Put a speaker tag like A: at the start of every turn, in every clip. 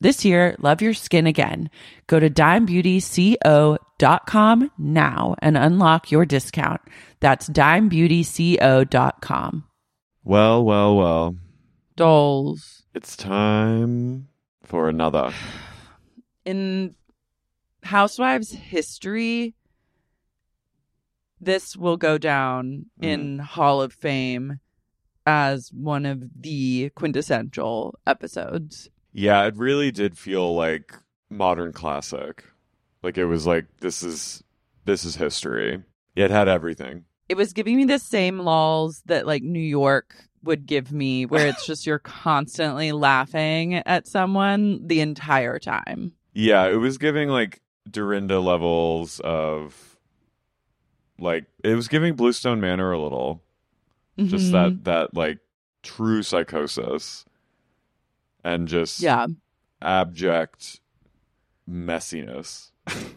A: This year, love your skin again. Go to dimebeautyco.com now and unlock your discount. That's dimebeautyco.com.
B: Well, well, well.
A: Dolls.
B: It's time for another.
A: in Housewives history, this will go down in Hall of Fame as one of the quintessential episodes.
B: Yeah, it really did feel like modern classic. Like it was like this is this is history. It had everything.
A: It was giving me the same lols that like New York would give me, where it's just you're constantly laughing at someone the entire time.
B: Yeah, it was giving like Dorinda levels of like it was giving Bluestone Manor a little. Just
A: Mhm.
B: that that like true psychosis and just
A: Yeah.
B: abject messiness.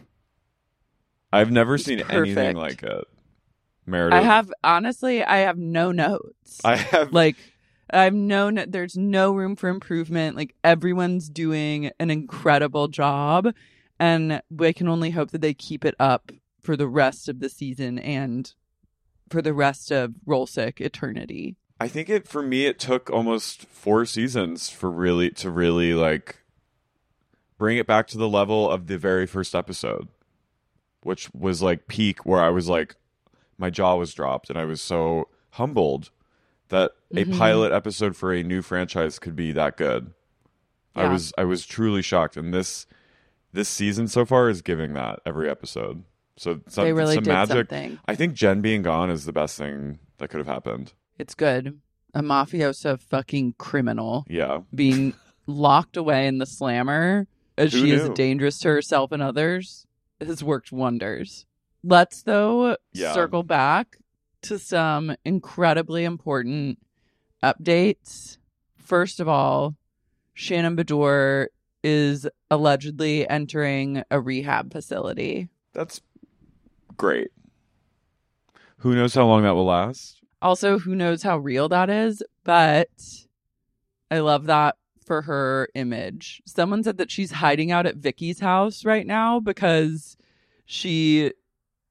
B: I've never
A: It's
B: seen anything
A: perfect.
B: like it. Meredith.
A: I have honestly, I have no notes.
B: I have
A: like i've known that there's no room for improvement like everyone's doing an incredible job and we can only hope that they keep it up for the rest of the season and for the rest of roll sick eternity
B: I think it for me it took almost four seasons for really to really like bring it back to the level of the very first episode, which was like peak where I was like my jaw was dropped and I was so humbled that
A: Mm-hmm.
B: a pilot episode for a new franchise could be that good. I
A: Yeah.
B: was I was truly shocked and this this season so far is giving that every episode. So some,
A: They really
B: some
A: did
B: magic.
A: something.
B: I think Jen being gone is the best thing that could have happened.
A: it's good a mafiosa fucking criminal
B: Yeah.
A: being locked away in the slammer as
B: Who
A: she is
B: knew?
A: dangerous to herself and others has worked wonders. Let's though
B: Yeah.
A: circle back to some incredibly important updates. First of all, Shannon Bedore is allegedly entering a rehab facility.
B: That's great. Who knows how long that will last?
A: Also, who knows how real that is, but I love that for her image. Someone said that she's hiding out at Vicky's house right now because she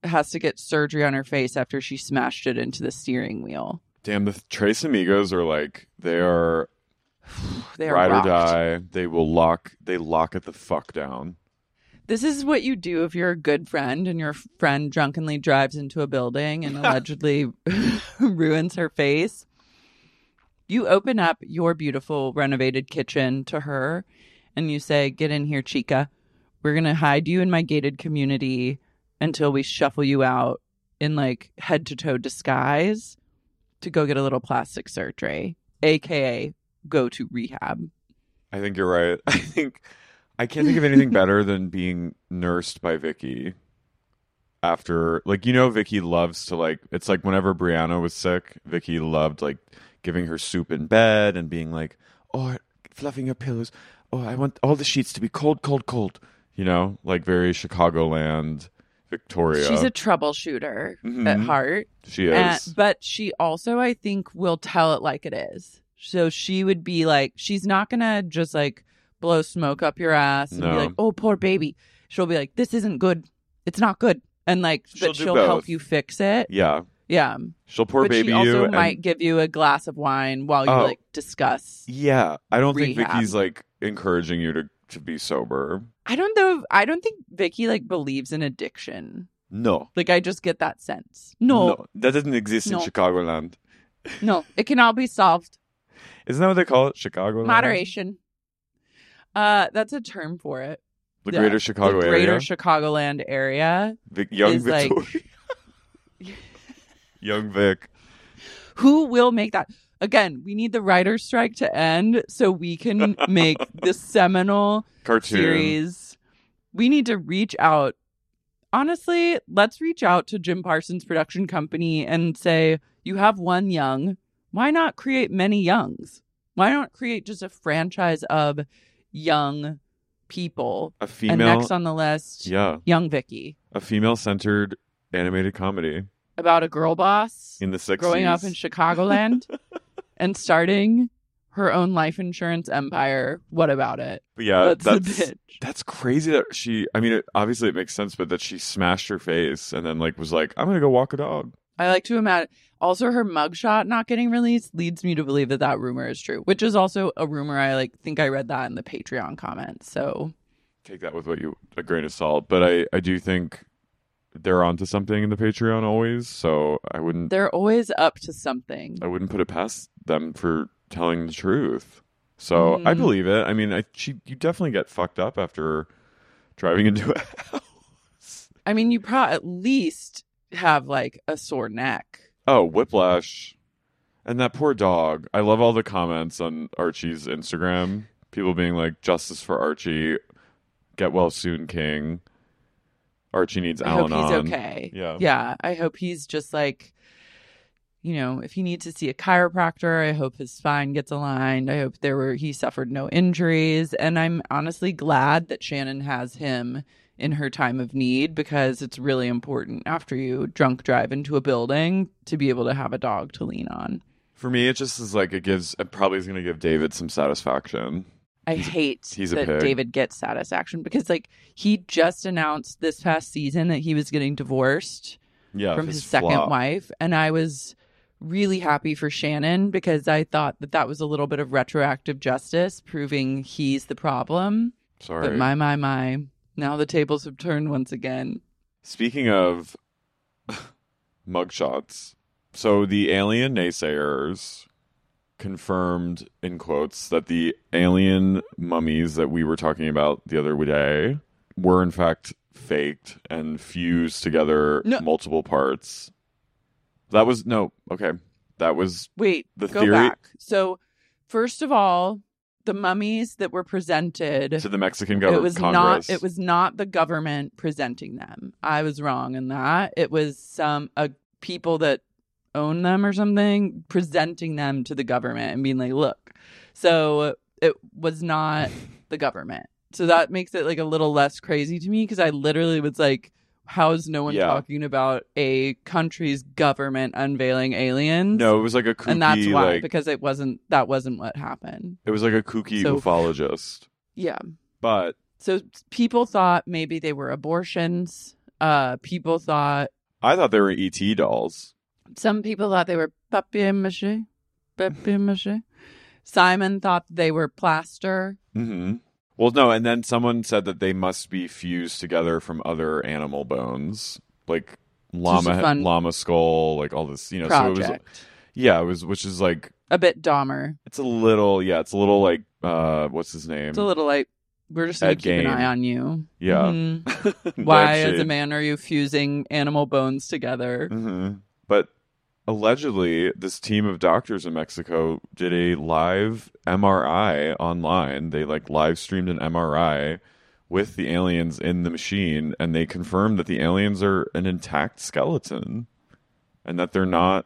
A: has to get surgery on her face after she smashed it into the steering wheel.
B: Damn, the Trace Amigos are like they are
A: They are
B: ride
A: rocked.
B: or die. They will lock. They lock it the fuck down.
A: This is what you do if you're a good friend and your friend drunkenly drives into a building and allegedly ruins her face. You open up your beautiful renovated kitchen to her and you say, Get in here, Chica. We're going to hide you in my gated community until we shuffle you out in like head to toe disguise to go get a little plastic surgery, aka go to rehab.
B: I think you're right. I think I can't think of anything better than being nursed by Vicky after like you know Vicky loves to like it's like whenever Brianna was sick, Vicky loved like giving her soup in bed and being like, "Oh, fluffing her pillows. Oh, I want all the sheets to be cold, cold, cold." You know, like very Chicagoland Victoria.
A: She's a troubleshooter at
B: Mhm.
A: heart.
B: she is.
A: Uh, but she also, I think, will tell it like it is. So she would be like, she's not gonna just like blow smoke up your ass and be
B: No.
A: like, oh, poor baby. She'll be like, this isn't good. It's not good. And like,
B: She'll
A: but
B: do
A: she'll help
B: both.
A: you fix it.
B: yeah.
A: Yeah.
B: She'll pour
A: but
B: baby
A: she also
B: you and-
A: might give you a glass of wine while you
B: Oh.
A: like discuss.
B: Yeah, I don't think
A: Rehab.
B: Vicky's like encouraging you to to be sober.
A: I don't know. If, I don't think Vicky like believes in addiction.
B: No.
A: Like, I just get that sense. No,
B: that doesn't exist
A: No.
B: in Chicagoland.
A: no, it can all be solved.
B: Isn't that what they call it? Chicagoland?
A: Moderation. Uh, that's a term for it.
B: The
A: Yeah.
B: greater Chicago
A: the greater
B: area.
A: Chicagoland area.
B: Vic, young
A: is, like-
B: Victoria. young Vic.
A: Who will make that? Again, we need the writer's strike to end so we can make this seminal
B: Cartoon.
A: series. We need to reach out. Honestly, let's reach out to Jim Parsons Production Company and say, you have one young. Why not create many youngs? Why not create just a franchise of young people?
B: A
A: And
B: female.
A: next on the list,
B: yeah.
A: young Vicky
B: A female centered animated comedy
A: about a girl boss.
B: in the 60s.
A: growing up in Chicagoland and starting her own life insurance empire. What about it?
B: But yeah,
A: that's,
B: that's,
A: the pitch.
B: That's crazy that she. I mean, it, obviously it makes sense, but that she smashed her face and then like was like, "I'm gonna go walk a dog."
A: I like to imagine. Also, her mugshot not getting released leads me to believe that that rumor is true, which is also a rumor. I like think I read that in the Patreon comments. So
B: Take that with what you a grain of salt. But I I do think they're onto something in the Patreon always. So I wouldn't
A: they're always up to something.
B: I wouldn't put it past them for telling the truth. So I
A: Mhm.
B: believe it. I mean, I she you definitely get fucked up after driving into a house.
A: I mean, you probably at least have like a sore neck.
B: Oh, whiplash. And that poor dog. I love all the comments on Archie's Instagram. People being like, justice for Archie. Get well soon, King. Archie needs
A: I
B: Al
A: hope he's
B: Anon.
A: okay.
B: Yeah.
A: Yeah. I hope he's just like, you know, if he needs to see a chiropractor, I hope his spine gets aligned. I hope there were, he suffered no injuries. And I'm honestly glad that Shannon has him in her time of need because it's really important after you drunk drive into a building to be able to have a dog to lean on.
B: For me, it just is like, it gives, it probably is going to give David some satisfaction.
A: I hate
B: he's a
A: that
B: pig.
A: David gets satisfaction because, like, he just announced this past season that he was getting divorced.
B: Yeah.
A: from
B: his
A: his, second
B: flop.
A: wife and i was really happy for shannon because i thought that that was a little bit of retroactive justice proving he's the problem
B: Sorry.
A: but my my my now the tables have turned once again
B: Speaking of mugshots, so the alien naysayers confirmed in quotes that the alien mummies that we were talking about the other day were in fact faked and fused together
A: No.
B: multiple parts. That was no, okay. That was
A: wait
B: The
A: go
B: theory-
A: back so first of all the mummies that were presented
B: to the Mexican
A: it
B: government
A: was
B: Congress.
A: not it was not the government presenting them i was wrong in that it was some uh, people that own them or something presenting them to the government and being like look so it was not the government so that makes it like a little less crazy to me because i literally was like how is no one
B: Yeah.
A: talking about a country's government unveiling aliens
B: no, it was like a kooky,
A: and that's why
B: like
A: because it wasn't that wasn't what happened
B: it was like a kooky
A: So-
B: ufologist.
A: yeah
B: But
A: So people thought maybe they were abortions. Uh, people thought
B: I thought they were ET dolls.
A: some people thought they were papier mâché, papier mâché. Simon thought they were plaster.
B: hmm Well, no, and then someone said that they must be fused together from other animal bones, like
A: just a
B: llama,
A: fun
B: llama skull, like all this, you know. So it was,
A: project
B: yeah, it was, which is like,
A: a bit Dahmer.
B: it's a little, yeah, it's a little like, uh, what's his name?
A: It's a little like We're just gonna
B: At
A: keep
B: game.
A: an eye on you.
B: Yeah.
A: Mhm. Why, as a
B: Lampshade.
A: man, are you fusing animal bones together?
B: Mhm. But allegedly, this team of doctors in Mexico did a live MRI online. They like live streamed an MRI with the aliens in the machine, and they confirmed that the aliens are an intact skeleton and that they're not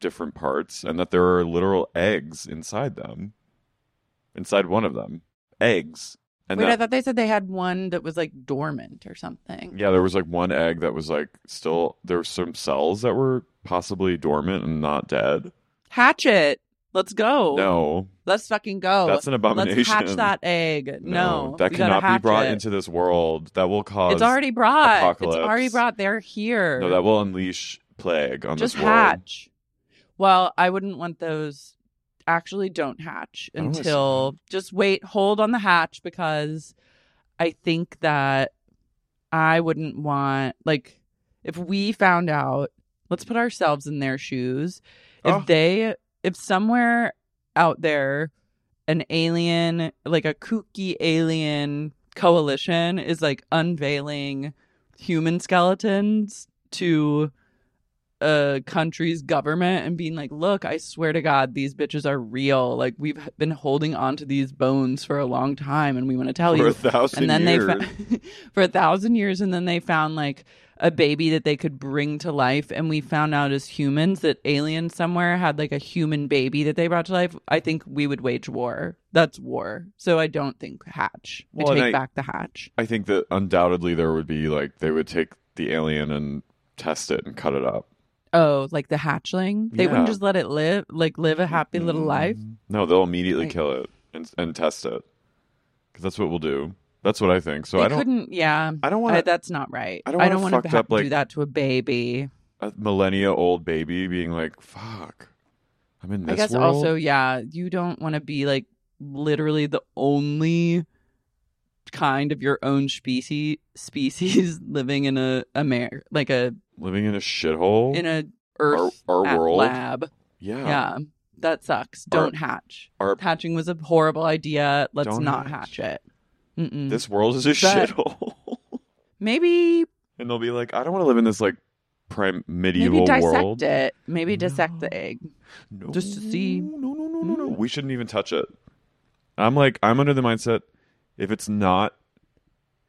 B: different parts and that there are literal eggs inside them, inside one of them. Eggs. And
A: Wait,
B: that-
A: I thought they said they had one that was like dormant or something.
B: Yeah, there was like one egg that was like still there were some cells that were possibly dormant and not dead.
A: Hatch it. Let's go.
B: No.
A: Let's fucking go.
B: That's an abomination.
A: Let's hatch that egg. No.
B: that
A: we gotta
B: cannot be
A: hatch
B: brought
A: it.
B: into this world. That will cause
A: It's already brought.
B: apocalypse.
A: It's already brought. They're here.
B: No, that will unleash plague on
A: Just
B: this world.
A: hatch. Well, I wouldn't want those. Actually, don't hatch
B: I don't wanna
A: until. Just wait. Hold on the hatch because I think that I wouldn't want like if we found out. Let's put ourselves in their shoes. If
B: Oh.
A: they, if somewhere out there, an alien, like a kooky alien coalition, is like unveiling human skeletons to a country's government and being like, look, I swear to God, these bitches are real. Like, we've been holding on to these bones for a long time and we want to tell
B: For
A: you.
B: a thousand
A: and then
B: years.
A: they, fa- for a thousand years, and then they found like a baby that they could bring to life. And we found out as humans that aliens somewhere had like a human baby that they brought to life. I think we would wage war. That's war. So I don't think hatch.
B: Well,
A: I
B: and
A: take
B: I-
A: back the hatch.
B: I think that undoubtedly there would be like they would take the alien and test it and cut it up.
A: Oh, like the hatchling? They
B: Yeah.
A: wouldn't just let it live, like live a happy little life.
B: No, they'll immediately
A: Like-
B: kill it and and test it. Cuz that's what we'll do. That's what I think. So
A: they
B: I don't
A: couldn't. Yeah,
B: I don't wanna-
A: I- That's not right.
B: I don't
A: I
B: wanna
A: don't want
B: fucked
A: to
B: up, like-
A: do that to a baby.
B: a millennia old baby being like, "Fuck, I'm in this
A: I guess
B: world."
A: also, yeah, you don't want to be like literally the only kind of your own species species living in a Amer like a
B: living in a shithole.
A: in a
B: Our-
A: Earth
B: our
A: at
B: world?
A: lab.
B: yeah,
A: Yeah, that sucks.
B: Our-
A: Don't hatch.
B: our-
A: Hatching was a horrible idea. Let's
B: Don't
A: not
B: hatch.
A: hatch, it. Mm-mm.
B: this world is a
A: That-
B: shithole,
A: Maybe
B: and they'll be like, "I don't want to live in this like prime medieval
A: maybe dissect
B: world."
A: it. Maybe dissect the egg.
B: No,
A: just to see. Mm.
B: No, no, no, no, no. We shouldn't even touch it. I'm like, I'm under the mindset if it's not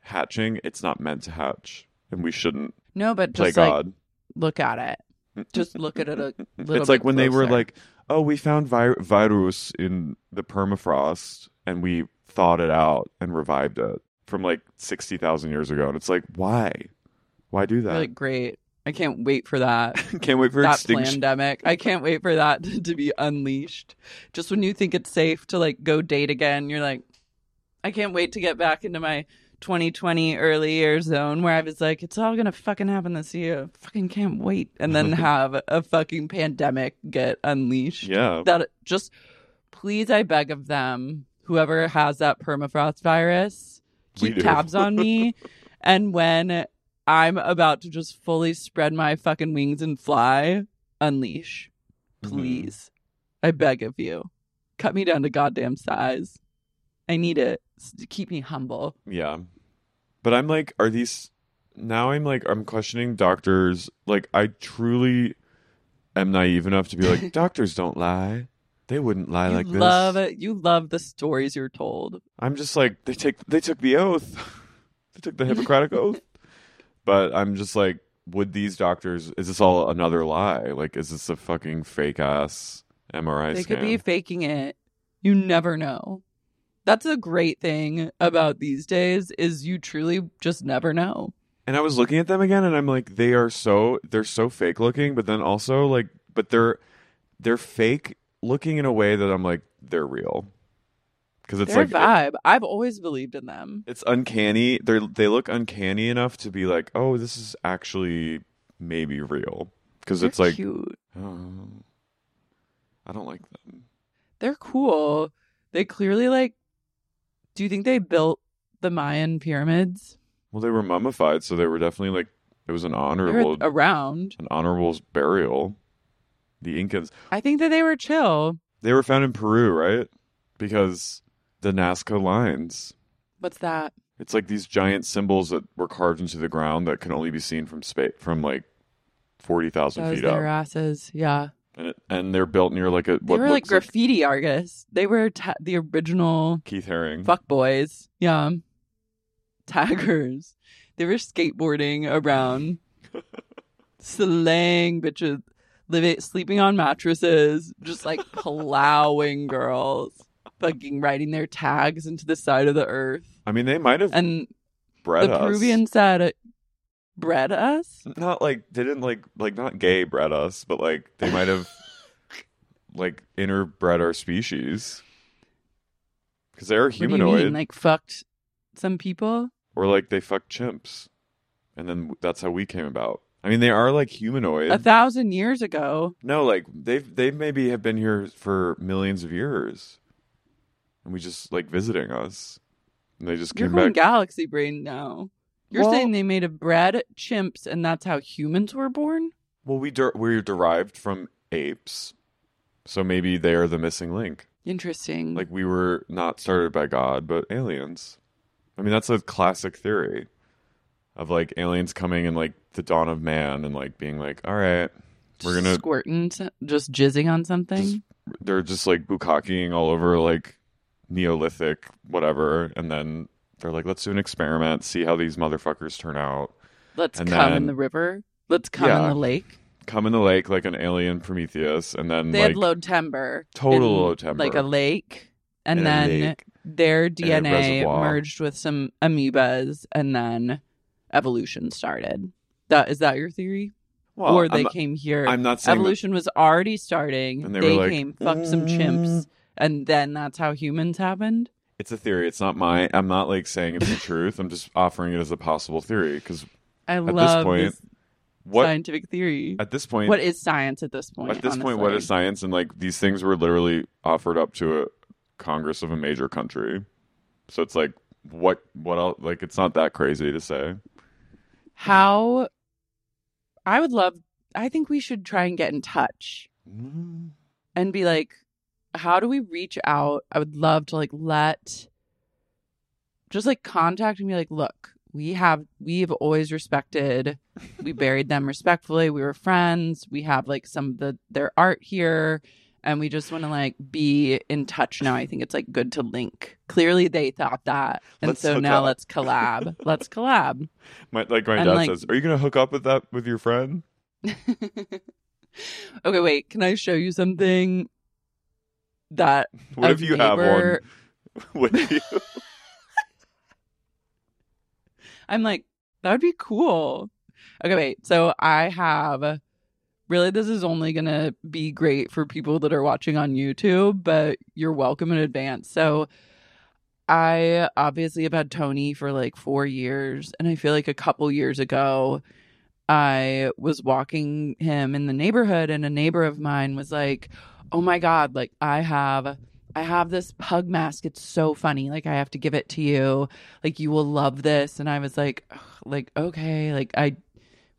B: hatching, it's not meant to hatch, and we shouldn't
A: No, but
B: play
A: just like
B: God.
A: look at it. Just look at it a little.
B: it's like
A: bit
B: when they were
A: closer.
B: like, "Oh, we found vi- virus in the permafrost, and we thawed it out and revived it from like sixty thousand years ago." And it's like, why? Why do
A: They're
B: that?
A: like, great. I can't wait for that.
B: Can't wait for
A: that
B: extinction.
A: pandemic. I can't wait for that to be unleashed. Just when you think it's safe to like go date again, you're like, I can't wait to get back into my 2020 early year zone where I was like, it's all gonna fucking happen this year. Fucking can't wait. And then have a fucking pandemic get unleashed.
B: Yeah.
A: That just please, I beg of them, whoever has that permafrost virus,
B: We
A: keep
B: do.
A: tabs on me. and when I'm about to just fully spread my fucking wings and fly, unleash.
B: Mm-hmm.
A: Please. I beg of you. Cut me down to goddamn size. I need it s- to keep me humble.
B: Yeah. But I'm like, are these now I'm like I'm questioning doctors. Like I truly am naive enough to be like, doctors don't lie. They wouldn't lie
A: you
B: like this.
A: love it. You love the stories you're told.
B: I'm just like they take they took the oath. they took the Hippocratic oath. But I'm just like would these doctors is this all another lie? Like is this a fucking fake ass MRI
A: they
B: scan?
A: could be faking it. You never know. That's a great thing about these days is you truly just never know.
B: And I was looking at them again and I'm like they are so they're so fake looking, but then also like but they're they're fake looking in a way that I'm like they're real. Cuz it's
A: Their
B: like
A: vibe. I've always believed in them.
B: it's uncanny. They are they look uncanny enough to be like, "Oh, this is actually maybe real." Cuz it's
A: They're
B: like
A: cute.
B: "Oh, I don't like them.
A: They're cool. They clearly like do you think they built the Mayan pyramids?
B: Well, they were mummified, so they were definitely like it was an
A: They were
B: honorable
A: around.
B: an honorable burial. The Incans.
A: I think that they were chill.
B: They were found in Peru, right? Because the Nazca lines.
A: What's that?
B: It's like these giant symbols that were carved into the ground that can only be seen from space from like forty thousand
A: Those
B: feet
A: their
B: up,
A: asses. Yeah.
B: and it, and they're built near like a
A: They
B: what
A: were like
B: looks like
A: graffiti artists. They were ta- the original
B: Keith Haring.
A: fuck boys. Yeah. Taggers. They were skateboarding around, slaying bitches, living, sleeping on mattresses, just like plowing girls, fucking writing their tags into the side of the earth.
B: I mean, they might have
A: And
B: bred
A: the
B: us.
A: Peruvian said, uh, bred us?
B: not like they didn't like like not gay bred us, but like they might have like interbred our species because they're
A: What do you mean,
B: humanoid,
A: Like fucked some people?
B: or like they fuck chimps, and then that's how we came about. I mean, they are like humanoid.
A: A thousand years ago.
B: no, like they've they maybe have been here for millions of years, and we just like visiting us, and they just
A: You're
B: came
A: going
B: back.
A: galaxy brain now. You're
B: Well-
A: saying they made a bread chimps and that's how humans were born?
B: well, we der- we're derived from apes, so maybe they are the missing link.
A: Interesting.
B: Like we were not started by God, but aliens. I mean, that's a classic theory of like aliens coming and like the dawn of man and like being like, all right,
A: Just
B: we're gonna.
A: squirting, s- just jizzing on something.
B: Just- They're just like bukakiing all over like Neolithic whatever, and then they're like, let's do an experiment, see how these motherfuckers turn out.
A: Let's
B: and
A: come in
B: then-
A: the river. Let's come
B: Yeah.
A: in the lake.
B: Come in the lake like an alien Prometheus, and then
A: They
B: like
A: had low timber.
B: Total
A: in,
B: low timber.
A: Like a lake. And
B: In a
A: then
B: lake.
A: their
B: a
A: DNA
B: reservoir.
A: merged with some amoebas and then evolution started. That is that your theory?
B: well,
A: or they
B: I'm-
A: came here.
B: I'm not saying that-
A: evolution was already starting.
B: And
A: they
B: they were like, "Mm."
A: came, fucked some chimps, and then that's how humans happened.
B: It's a theory. It's not my. I'm not like saying it's the truth. I'm just offering it as a possible theory because
A: I
B: this
A: love
B: point,
A: this
B: what
A: scientific theory.
B: at this point
A: what is science at this point?
B: at this point what
A: honestly?
B: is science and like these things were literally offered up to a congress of a major country so it's like what what else like it's not that crazy to say
A: How? I would love. I think we should try and get in touch and be like, how do we reach out? I would love to like let, just like contact and be like, look, we have we've always respected, we buried them respectfully. We were friends. We have like some of the their art here, and we just want to like be in touch now. I think it's like good to link. Clearly, they thought that, and
B: Let's
A: so
B: hook
A: now
B: up.
A: let's collab. let's collab.
B: my, like my
A: And,
B: dad
A: like-
B: says are you gonna hook up with that with your friend
A: okay, wait. Can I show you something that
B: what
A: a
B: if you have one
A: neighbor-
B: with you
A: I'm like, that would be cool. Okay, wait. So I have really, this is only going to be great for people that are watching on YouTube, but you're welcome in advance. So I obviously have had Tony for like four years. And I feel like a couple years ago, I was walking him in the neighborhood, and a neighbor of mine was like, oh my God, like I have. I have this pug mask. It's so funny. Like I have to give it to you like you will love this and i was like ugh, like okay like i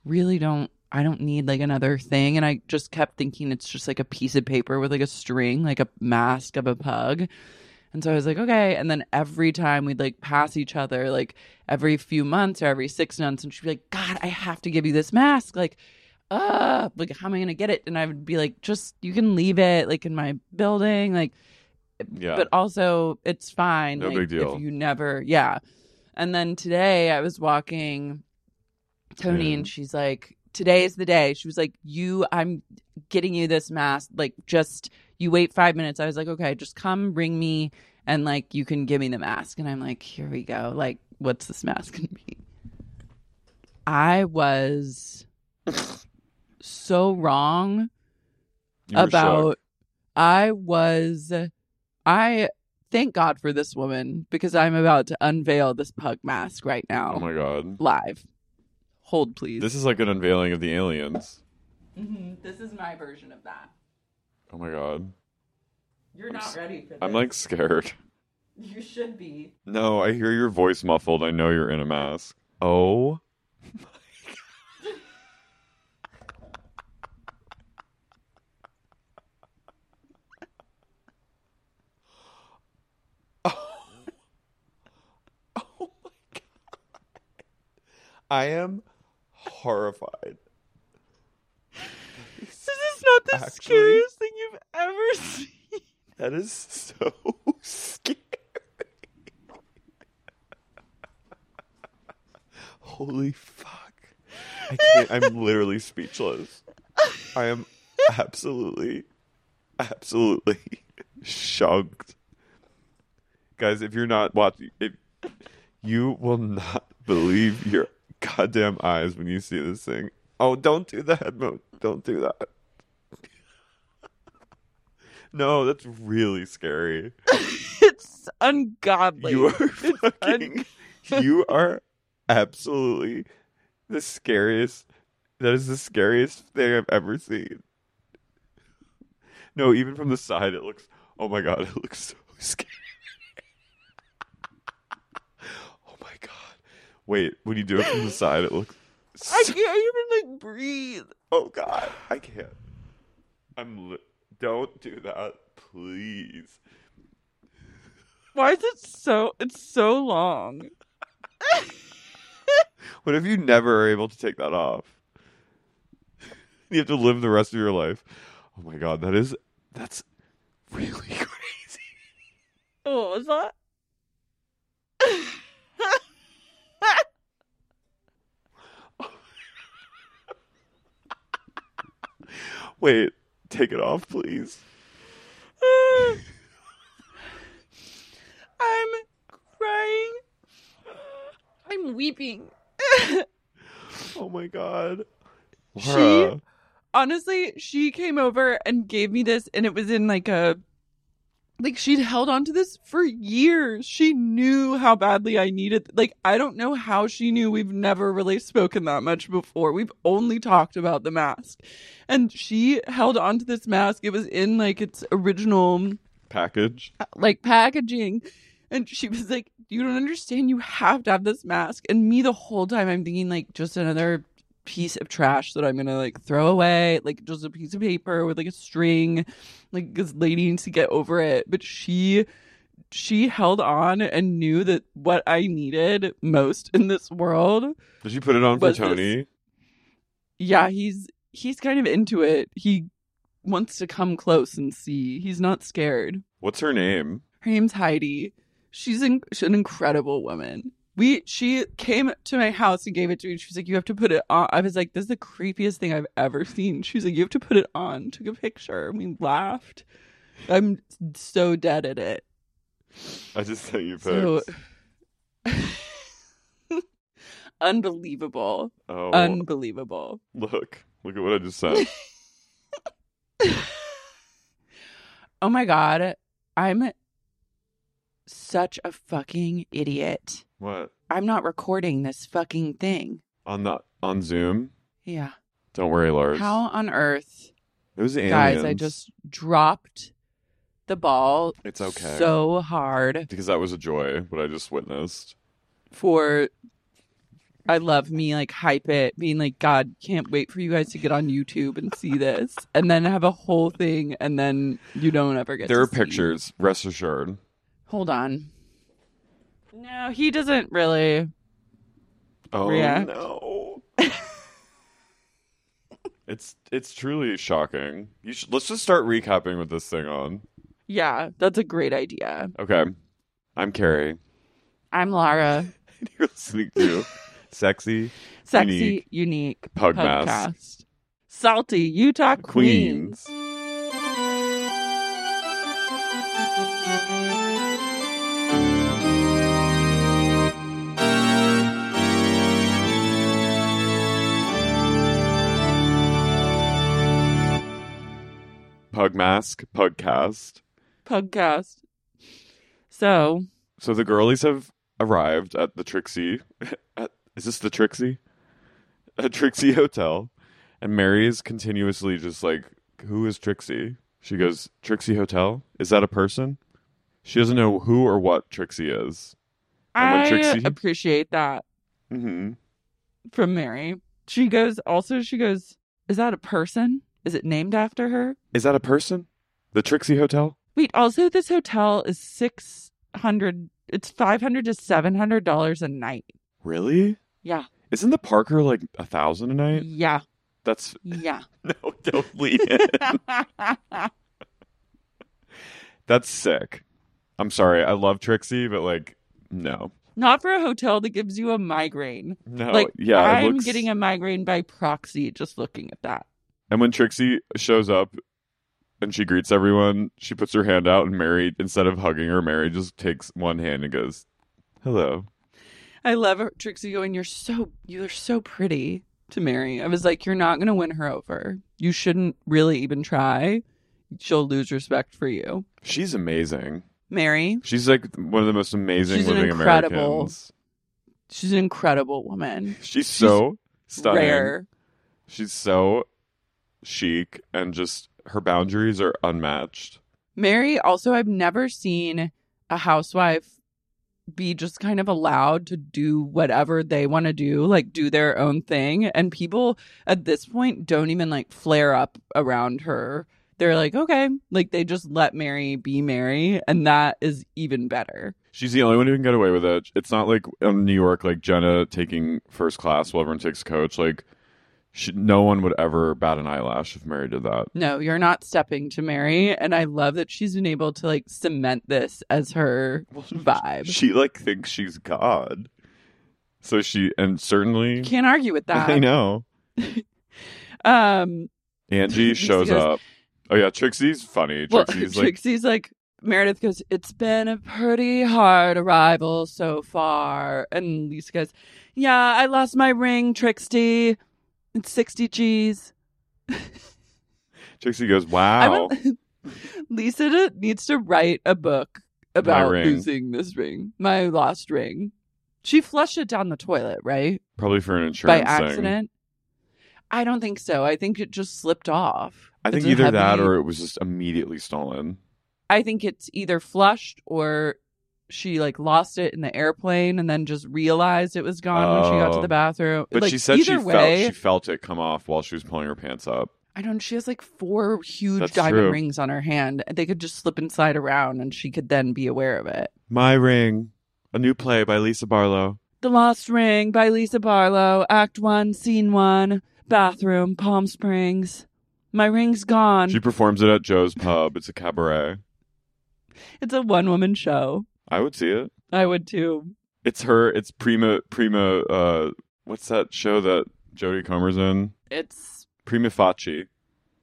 A: really don't i don't need like another thing and i just kept thinking it's just like a piece of paper with like a string like a mask of a pug and so i was like okay and then every time we'd like pass each other like every few months or every six months and she'd be like god i have to give you this mask like uh like how am i gonna get it and i would be like just you can leave it like in my building like
B: yeah
A: but also it's fine.
B: No
A: like,
B: big deal.
A: If you never, yeah. And then today I was walking Tony,
B: Yeah.
A: and she's like, "Today's the day." She was like, "You, I'm getting you this mask. Like, just you wait five minutes." I was like, "Okay, just come, bring me, and like you can give me the mask." And I'm like, "Here we go. Like, what's this mask gonna be?" I was so wrong
B: You were
A: about
B: shocked.
A: I was I thank God for this woman because I'm about to unveil this pug mask right now
B: oh my god
A: live. Hold please.
B: this is like an unveiling of the aliens
A: this is my version of that.
B: oh my god
A: You're not ready for this.
B: i'm like scared
A: you should be.
B: no i hear your voice muffled i know you're in a mask oh Oh, I am horrified.
A: This is not the
B: Actually-
A: scariest thing you've ever seen.
B: That is so scary. Holy fuck. I can't, I'm literally speechless. I am absolutely, absolutely shocked. Guys, if you're not watching, if, you will not believe your goddamn eyes when you see this thing. Oh, don't do that, Mo. Don't do that. No, that's really scary.
A: It's ungodly.
B: you are fucking. you are absolutely the scariest. That is the scariest thing I've ever seen. No, even from the side, it looks. Oh my god, it looks so scary. oh my god! Wait, when you do it from the side, it looks.
A: I
B: so-
A: can't even like breathe.
B: Oh God, I can't. I'm. Li- don't do that, please.
A: Why is it so? It's so long.
B: What if you never are able to take that off? You have to live the rest of your life. Oh my God, that is that's really crazy.
A: What was that?
B: Wait, take it off, please.
A: I'm crying. I'm weeping.
B: Oh my God,
A: She-
B: Laura.
A: honestly, she came over and gave me this, and it was in like a like she'd held on to this for years. She knew how badly I needed. Like I don't know how she knew. We've never really spoken that much before. We've only talked about the mask, and she held on to this mask. It was in like its original
B: package.
A: like packaging. And she was like, You don't understand. You have to have this mask. And me, the whole time, I'm thinking, like, just another piece of trash that I'm going to like throw away, like just a piece of paper with like a string. Like, this lady needs to get over it. But she, she held on and knew that what I needed most in this world.
B: Did she put it on for
A: Was this-
B: Tony?
A: Yeah, he's, he's kind of into it. He wants to come close and see. He's not scared.
B: What's her name?
A: Her name's Heidi. She's, in, she's an incredible woman. We she came to my house and gave it to me. She was like, "You have to put it on." I was like, "This is the creepiest thing I've ever seen." She was like, "You have to put it on." Took a picture. and We laughed. I'm so dead at it.
B: I just sent you
A: So
B: pics.
A: unbelievable,
B: oh,
A: unbelievable.
B: look, look at what I just sent.
A: Oh my god, I'm such a fucking idiot.
B: what
A: I'm not recording this fucking thing.
B: on the on Zoom?
A: Yeah.
B: Don't worry, Lars.
A: How on earth?
B: It was aliens.
A: guys i just dropped the ball
B: It's okay.
A: so hard
B: because that was a joy. What I just witnessed.
A: for i love me like hype it being like god can't wait for you guys to get on youtube and see this and then have a whole thing and then you don't ever get
B: There
A: to
B: are
A: see.
B: pictures. Rest assured.
A: hold on no he doesn't really
B: Oh
A: react.
B: no. it's it's truly shocking. You should let's just start recapping with this thing on.
A: yeah that's a great idea
B: Okay. I'm Carrie.
A: i'm lara
B: And you're listening to Sexy
A: sexy unique,
B: Pug
A: podcast
B: Mask.
A: salty utah queens.
B: Queens. Pug mask, pugcast.
A: podcast. So
B: So the girlies have arrived at the Trixie. At, is this the Trixie? A Trixie Hotel. And Mary is continuously just like, Who is Trixie? She goes, Trixie Hotel? Is that a person? She doesn't know who or what Trixie is. And
A: I
B: what Trixie-
A: appreciate that
B: Mm-hmm.
A: from Mary. She goes, also, she goes, Is that a person? Is it named after her?
B: Is that a person? The Trixie Hotel?
A: Wait, also, this hotel is 600, it's 500 to $700 a night.
B: Really?
A: Yeah.
B: Isn't the Parker like a thousand a night?
A: Yeah.
B: That's
A: Yeah.
B: no, don't leave it. That's sick. I'm sorry. I love Trixie, but like, no,
A: Not for a hotel that gives you a migraine.
B: no,
A: like
B: Oh, yeah. it
A: I'm
B: looks-
A: getting a migraine by proxy just looking at that.
B: And when Trixie shows up and she greets everyone, she puts her hand out, and Mary, instead of hugging her, Mary just takes one hand and goes, "Hello."
A: I love her- Trixie going, You're so you're so pretty to Mary. I was like, You're not gonna win her over. You shouldn't really even try. She'll lose respect for you.
B: She's amazing.
A: Mary,
B: She's like one of the most amazing
A: She's an
B: living
A: incredible
B: Americans.
A: she's an incredible woman.
B: She's, so stunning.
A: Rare.
B: She's so chic and just her boundaries are unmatched.
A: Mary, also, I've never seen a housewife be just kind of allowed to do whatever they want to do, like do their own thing. And people at this point don't even like flare up around her. They're like, okay, like they just let Mary be Mary. And that is even better.
B: She's the only one who can get away with it. It's not like in New York, like Jenna taking first class while everyone takes coach. Like, she, no one would ever bat an eyelash if Mary did that.
A: No, you're not stepping to Mary. And I love that she's been able to like cement this as her vibe.
B: She like thinks she's God. So she and certainly
A: Can't argue with that.
B: I know.
A: Um,
B: Angie
A: Trixie
B: shows
A: goes-
B: up. Oh yeah, Trixie's funny.
A: Well,
B: Trixie's like
A: Trixie's like Meredith goes, It's been a pretty hard arrival so far. And Lisa goes, Yeah, I lost my ring, Trixie. It's 60 G's.
B: Trixie goes,
A: I'm
B: Wow.
A: a- Lisa to, needs to write a book about
B: ring.
A: losing this ring, my lost ring. She flushed it down the toilet, right?
B: Probably for an insurance
A: By
B: thing.
A: accident. I don't think so. I think it just slipped off.
B: I think
A: It's a
B: either that
A: heavy-
B: or it was just immediately stolen.
A: I think it's either flushed or she like lost it in the airplane and then just realized it was gone when she got to
B: Oh.
A: the bathroom.
B: But
A: Like,
B: she said she
A: either way,
B: felt she felt it come off while she was pulling her pants up.
A: I don't. She has like four huge
B: That's
A: diamond
B: true.
A: rings on her hand. They could just slip and slide around, and she could then be aware of it.
B: My ring. A new play by Lisa Barlow.
A: The Lost Ring by Lisa Barlow, Act One, Scene One, bathroom, Palm Springs. My ring's gone.
B: She performs it at Joe's Pub. It's a cabaret.
A: It's a one-woman show.
B: I would see it.
A: I would too.
B: It's her. It's Prima. Prima. Uh, what's that show that Jodie Comer's in?
A: It's
B: Prima Facie.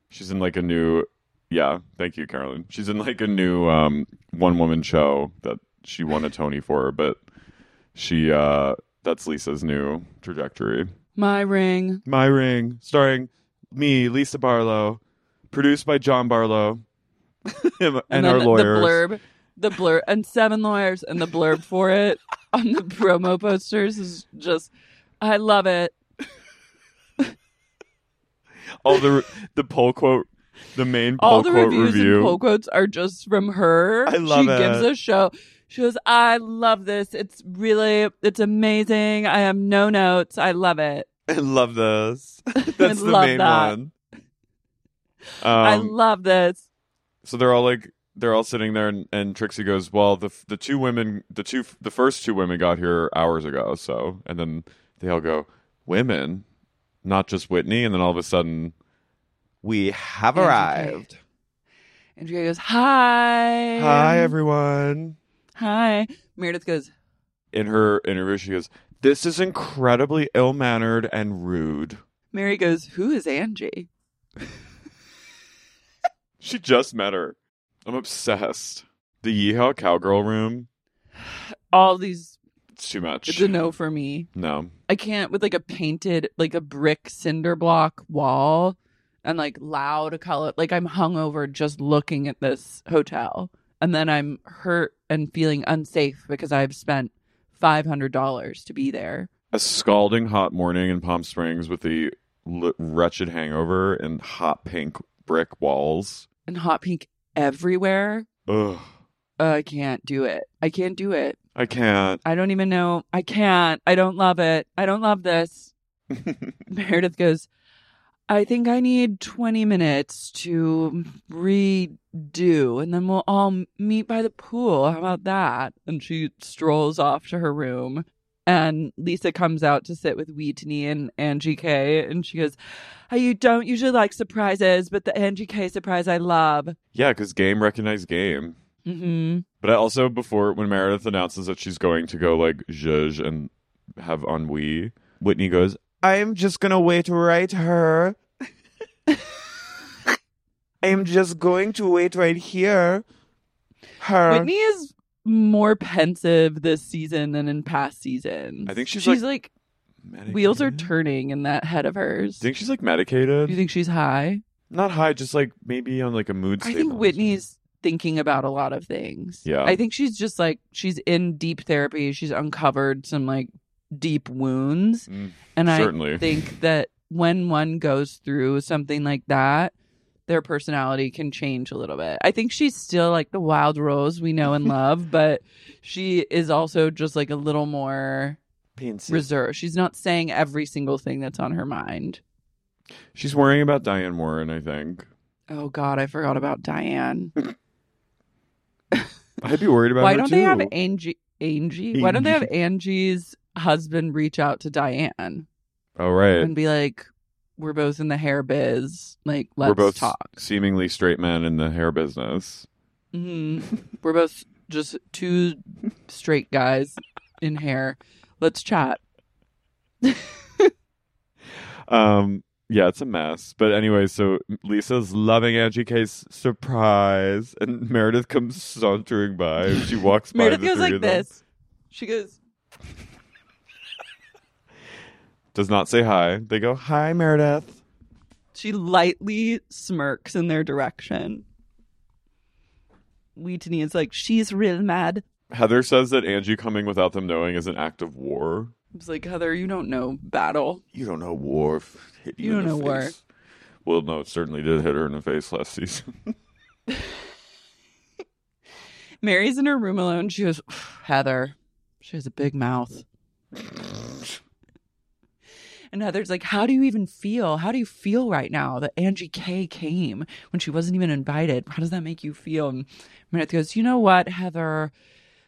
B: She's in like a new. Yeah, thank you, Carolyn. She's in like a new um, one woman show that she won a Tony for, but she uh, that's Lisa's new trajectory.
A: my ring.
B: My Ring, starring me, Lisa Barlow, produced by John Barlow and, our
A: then
B: lawyers.
A: The blurb, the blurb, and seven lawyers, and the blurb for it on the promo posters is just, I love it.
B: All the the poll quote, the main poll
A: All the
B: quote
A: reviews
B: review.
A: and poll quotes are just from her.
B: I love
A: she gives
B: it.
A: a show. She goes, I love this. It's really, it's amazing. I have no notes. I love it.
B: I love this.
A: I
B: That's the
A: love
B: main
A: that.
B: one.
A: I
B: Um,
A: love this.
B: so they're all like they're all sitting there, and, and Trixie goes, "Well, the the two women, the two the first two women got here hours ago, so." And then they all go, "Women, not just Whitney." And then all of a sudden,
C: We have
A: Andrew Tate.
C: arrived.
A: And she goes, Hi.
B: "Hi, everyone."
A: Hi. Meredith goes,
B: in her interview, she goes, This is incredibly ill mannered and rude.
A: Mary goes, Who is Angie?
B: She just met her. I'm obsessed. The Yeehaw Cowgirl room,
A: All these,
B: it's too much.
A: it's a no for me.
B: no.
A: I can't with like a painted like a brick cinder block wall and like loud color like I'm hungover just looking at this hotel and then I'm hurt and feeling unsafe because I've spent five hundred dollars to be there.
B: A scalding hot morning in Palm Springs with the l- wretched hangover and hot pink brick walls.
A: And hot pink everywhere.
B: Ugh.
A: Uh, I can't do it. I can't do it.
B: I can't.
A: I don't even know. I can't. I don't love it. I don't love this. Meredith goes, I think I need 20 minutes to redo, and then we'll all meet by the pool. How about that? And she strolls off to her room. and Lisa comes out to sit with Wheatney and Angie K, and she goes, "Oh, "You don't usually like surprises, but the Angie K surprise I love."
B: Yeah, because game recognized game.
A: Mm-hmm.
B: But I also before when Meredith announces that she's going to go like zhuzh and have ennui, Whitney goes, "I'm just gonna wait right here. I'm just going to wait right here. Her."
A: Whitney is more pensive this season than in past seasons.
B: I think she's,
A: she's like,
B: Medicated?
A: wheels are
B: Do
A: turning in that head of hers.
B: you think she's like medicated?
A: you think she's high?
B: Not high, just like maybe on like a mood.
A: I think
B: stabilizer.
A: Whitney's thinking about a lot of things.
B: Yeah.
A: I think she's just like she's in deep therapy. She's uncovered some like deep wounds.
B: Mm,
A: And I
B: certainly.
A: think that when one goes through something like that, their personality can change a little bit. I think she's still like the wild rose we know and love, but she is also just like a little more reserved. She's not saying every single thing that's on her mind.
B: She's worrying about Diane Warren. I think
A: Oh God, I forgot about Diane.
B: I'd be worried about.
A: Why
B: her
A: don't they have
B: too.
A: Angie? Angie? Why don't they have Angie's husband reach out to Diane
B: Oh right,
A: and be like, "We're both in the hair biz. Like, let's
B: we're both
A: talk.
B: seemingly straight men in the hair business.
A: Mhm. we're both just two straight guys in hair. Let's chat."
B: Um, yeah, it's a mess. But anyway, so Lisa's loving Angie K's surprise, and Meredith comes sauntering by. and She walks by.
A: Meredith
B: the
A: goes
B: three
A: like
B: of them.
A: this. She goes,
B: Does not say hi. They go hi, Meredith.
A: she lightly smirks in their direction. Wheatney is like, she's real mad.
B: Heather says that Angie coming without them knowing is an act of war.
A: I was like, Heather, you don't know battle.
B: You don't know war. Hit
A: You don't
B: in the
A: know war.
B: face. Well, no, it certainly did hit her in the face last season.
A: Mary's in her room alone. She goes, Heather, she has a big mouth. and Heather's like, How do you even feel? How do you feel right now that Angie K came when she wasn't even invited? How does that make you feel? And Meredith goes, You know what, Heather?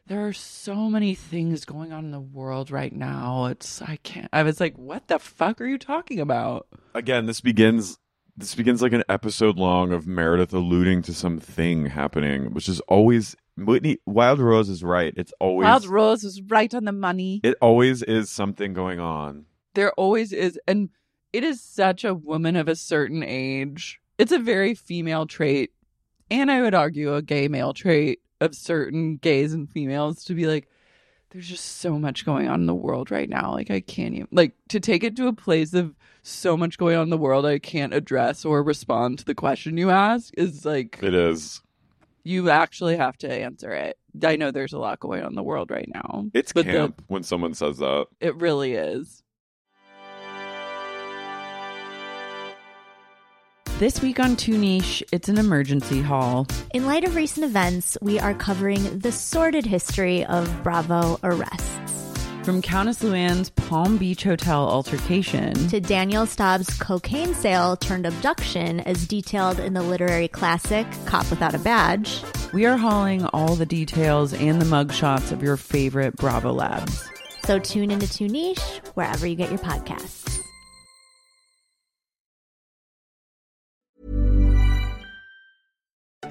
A: There are so many things going on in the world right now. It's, I can't, I was like, What the fuck are you talking about?
B: Again, this begins. This begins like an episode long of Meredith alluding to something happening, which is always Whitney Wild Rose is right. It's always
A: Wild Rose was right on the money.
B: It always is something going on.
A: There always is. And it is such a woman of a certain age. It's a very female trait. And I would argue a gay male trait of certain gays and females to be like, there's just so much going on in the world right now. Like, I can't even, like, to take it to a place of so much going on in the world, I can't address or respond to the question you ask is like,
B: It is.
A: you actually have to answer it. I know there's a lot going on in the world right now.
B: It's
A: but the-
B: camp when someone says that.
A: it really is. This week on Two Niche, it's an emergency haul.
D: In light of recent events, we are covering the sordid history of Bravo arrests
A: From Countess Luann's Palm Beach Hotel altercation,
D: to Daniel Staub's cocaine sale turned abduction, as detailed in the literary classic Cop Without a Badge.
A: we are hauling all the details and the mugshots of your favorite Bravo Labs.
D: So tune into Two Niche wherever you get your podcasts.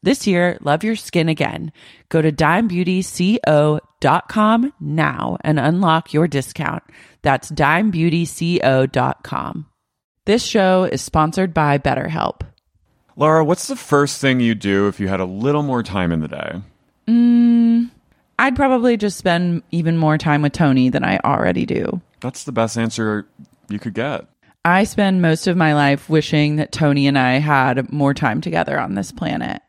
A: This year, love your skin again. Go to dimebeautyco.com now and unlock your discount. That's dimebeautyco.com. This show is sponsored by BetterHelp.
B: Laura, what's the first thing you do if you had a little more time in the day?
A: I'd probably just spend even more time with Tony than I already do.
B: That's the best answer you could get.
A: I spend most of my life wishing that Tony and I had more time together on this planet.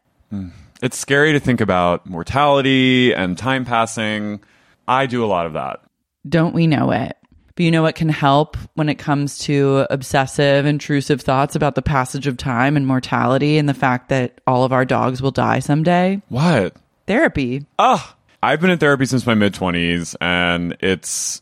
E: It's scary to think about mortality and time passing. I do a lot of that.
A: Don't we know it? But you know what can help when it comes to obsessive, intrusive thoughts about the passage of time and mortality and the fact that all of our dogs will die someday?
E: What?
A: Therapy.
E: Ah, I've been in therapy since my mid 20s and it's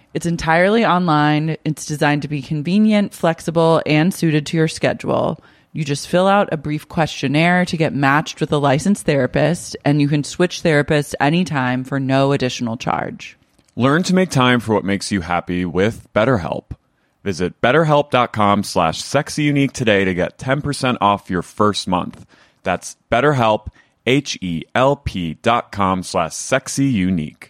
A: It's entirely online, it's designed to be convenient, flexible, and suited to your schedule. You just fill out a brief questionnaire to get matched with a licensed therapist, and you can switch therapists anytime for no additional charge.
E: Learn to make time for what makes you happy with BetterHelp. Visit betterhelp.com slash sexyunique today to get 10% off your first month. That's betterhelp,
B: E
E: H-E-L-P dot com slash sexyunique.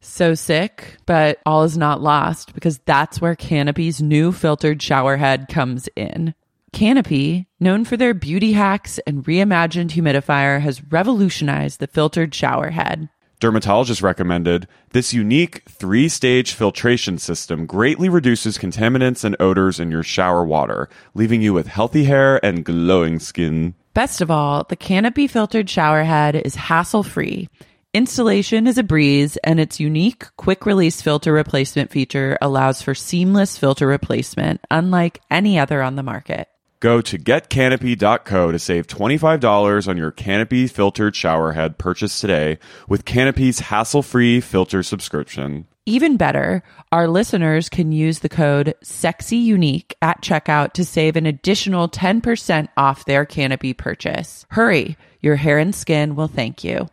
A: So sick, but all is not lost because that's where Canopy's new filtered showerhead comes in. Canopy, known for their beauty hacks and reimagined humidifier, has revolutionized the filtered showerhead.
B: Dermatologist recommended this unique three stage filtration system greatly reduces contaminants and odors in your shower water, leaving you with healthy hair and glowing skin.
A: Best of all, the Canopy filtered showerhead is hassle free. Installation is a breeze, and its unique quick release filter replacement feature allows for seamless filter replacement, unlike any other on the market.
B: Go to getcanopy.co to save $25 on your Canopy filtered showerhead purchase today with Canopy's hassle free filter subscription.
A: Even better, our listeners can use the code SEXYUNIQUE at checkout to save an additional 10% off their canopy purchase. Hurry, your hair and skin will thank you.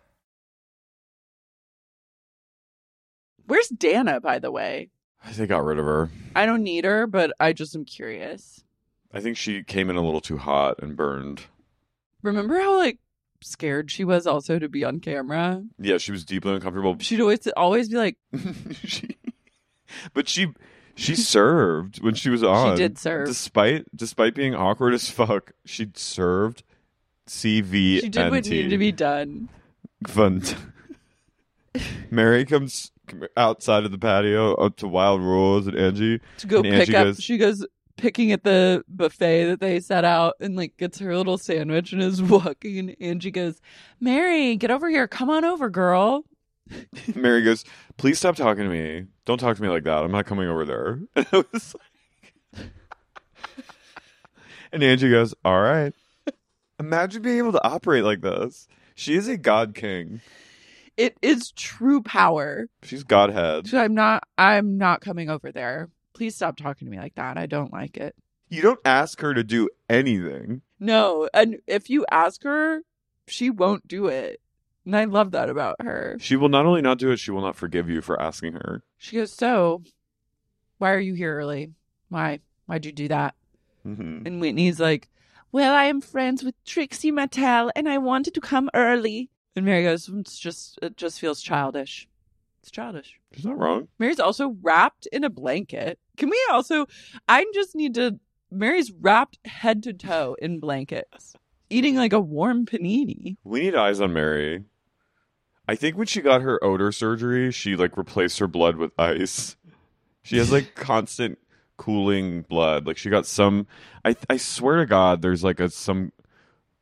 A: Where's Dana, by the way?
B: They got rid of her.
A: I don't need her, but I just am curious.
B: I think she came in a little too hot and burned.
A: Remember how like scared she was also to be on camera?
B: Yeah, she was deeply uncomfortable.
A: She'd always always be like,
B: she, but she she served when she was on.
A: did serve.
B: despite despite being awkward as fuck. She served C V
A: She did
B: N
A: what needed to
B: T.
A: be done.
B: Gvunt. Mary comes outside of the patio up to Wild Rose and Angie.
A: To go
B: and
A: pick
B: Angie
A: up
B: goes,
A: she goes picking at the buffet that they set out and like gets her little sandwich and is walking and Angie goes, Mary, get over here. Come on over, girl.
B: Mary goes, please stop talking to me. Don't talk to me like that. I'm not coming over there. And I was like- and Angie goes, all right. Imagine being able to operate like this. She is a god king.
A: It is true power.
B: She's godhead.
A: So I'm not I'm not coming over there. Please stop talking to me like that. I don't like it.
B: You don't ask her to do anything.
A: No. And if you ask her, she won't do it. And I love that about her.
B: She will not only not do it, she will not forgive you for asking her.
A: She goes, So, why are you here early? Why? Why'd you do that?
B: Mhm.
A: And Whitney's like, Well, I am friends with Trixie Mattel and I wanted to come early. And Mary goes, "Mm, It's just, it just feels childish. It's childish.
B: She's not wrong.
A: Mary's also wrapped in a blanket. Can we also, I just need to, Mary's wrapped head to toe in blankets, eating like a warm panini.
B: We need eyes on Mary. I think when she got her odor surgery, she like replaced her blood with ice. She has like constant cooling blood. Like she got some I I swear to god there's like a some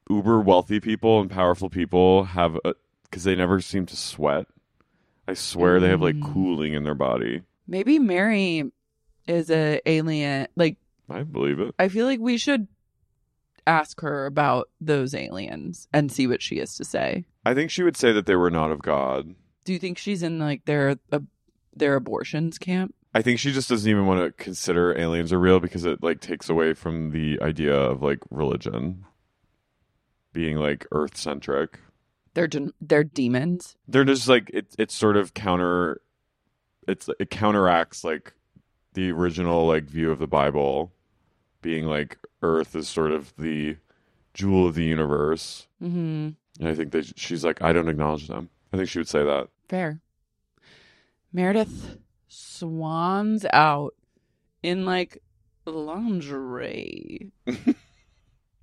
B: uber wealthy people and powerful people have a cuz they never seem to sweat. I swear they have like cooling in their body.
A: Maybe Mary is a alien, like,
B: I believe it.
A: I feel like we should ask her about those aliens and see what she has to say.
B: I think she would say that they were not of god.
A: Do you think she's in like their uh, their abortions camp?
B: I think she just doesn't even want to consider aliens are real because it like takes away from the idea of like religion being like earth centric.
A: They're de- they're demons.
B: They're just like it it's sort of counter it's it counteracts like the original like view of the Bible being like earth is sort of the jewel of the universe.
A: Mm-hmm.
B: And I think that she's like I don't acknowledge them. I think she would say that.
A: Fair. Meredith swans out in like lingerie.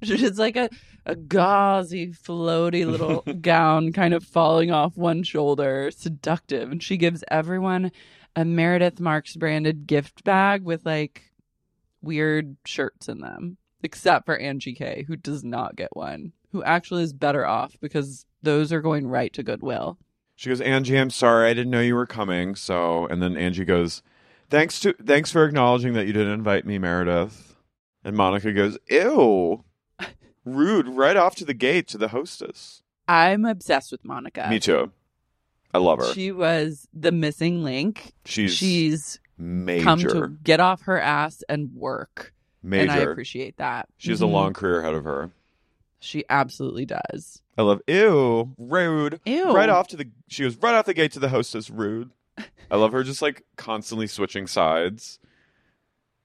A: It's like a, a gauzy, floaty little gown kind of falling off one shoulder, seductive. And she gives everyone a Meredith Marks branded gift bag with like weird shirts in them, except for Angie K, who does not get one, who actually is better off because those are going right to Goodwill.
B: She goes, Angie, I'm sorry, I didn't know you were coming. So, and then Angie goes, thanks to thanks for acknowledging that you didn't invite me, Meredith. And Monica goes, ew, rude, right off to the gate to the hostess.
A: I'm obsessed with Monica.
B: Me too. I love her.
A: She was the missing link.
B: she's
A: She's
B: major,
A: come to get off her ass and work. And I
B: major.
A: appreciate that.
B: she has a
A: Mhm.
B: long career ahead of her.
A: She absolutely does.
B: I love ew, rude,
A: Ew.
B: right off to the. She goes right off the gate to the hostess, rude. I love her, just like constantly switching sides.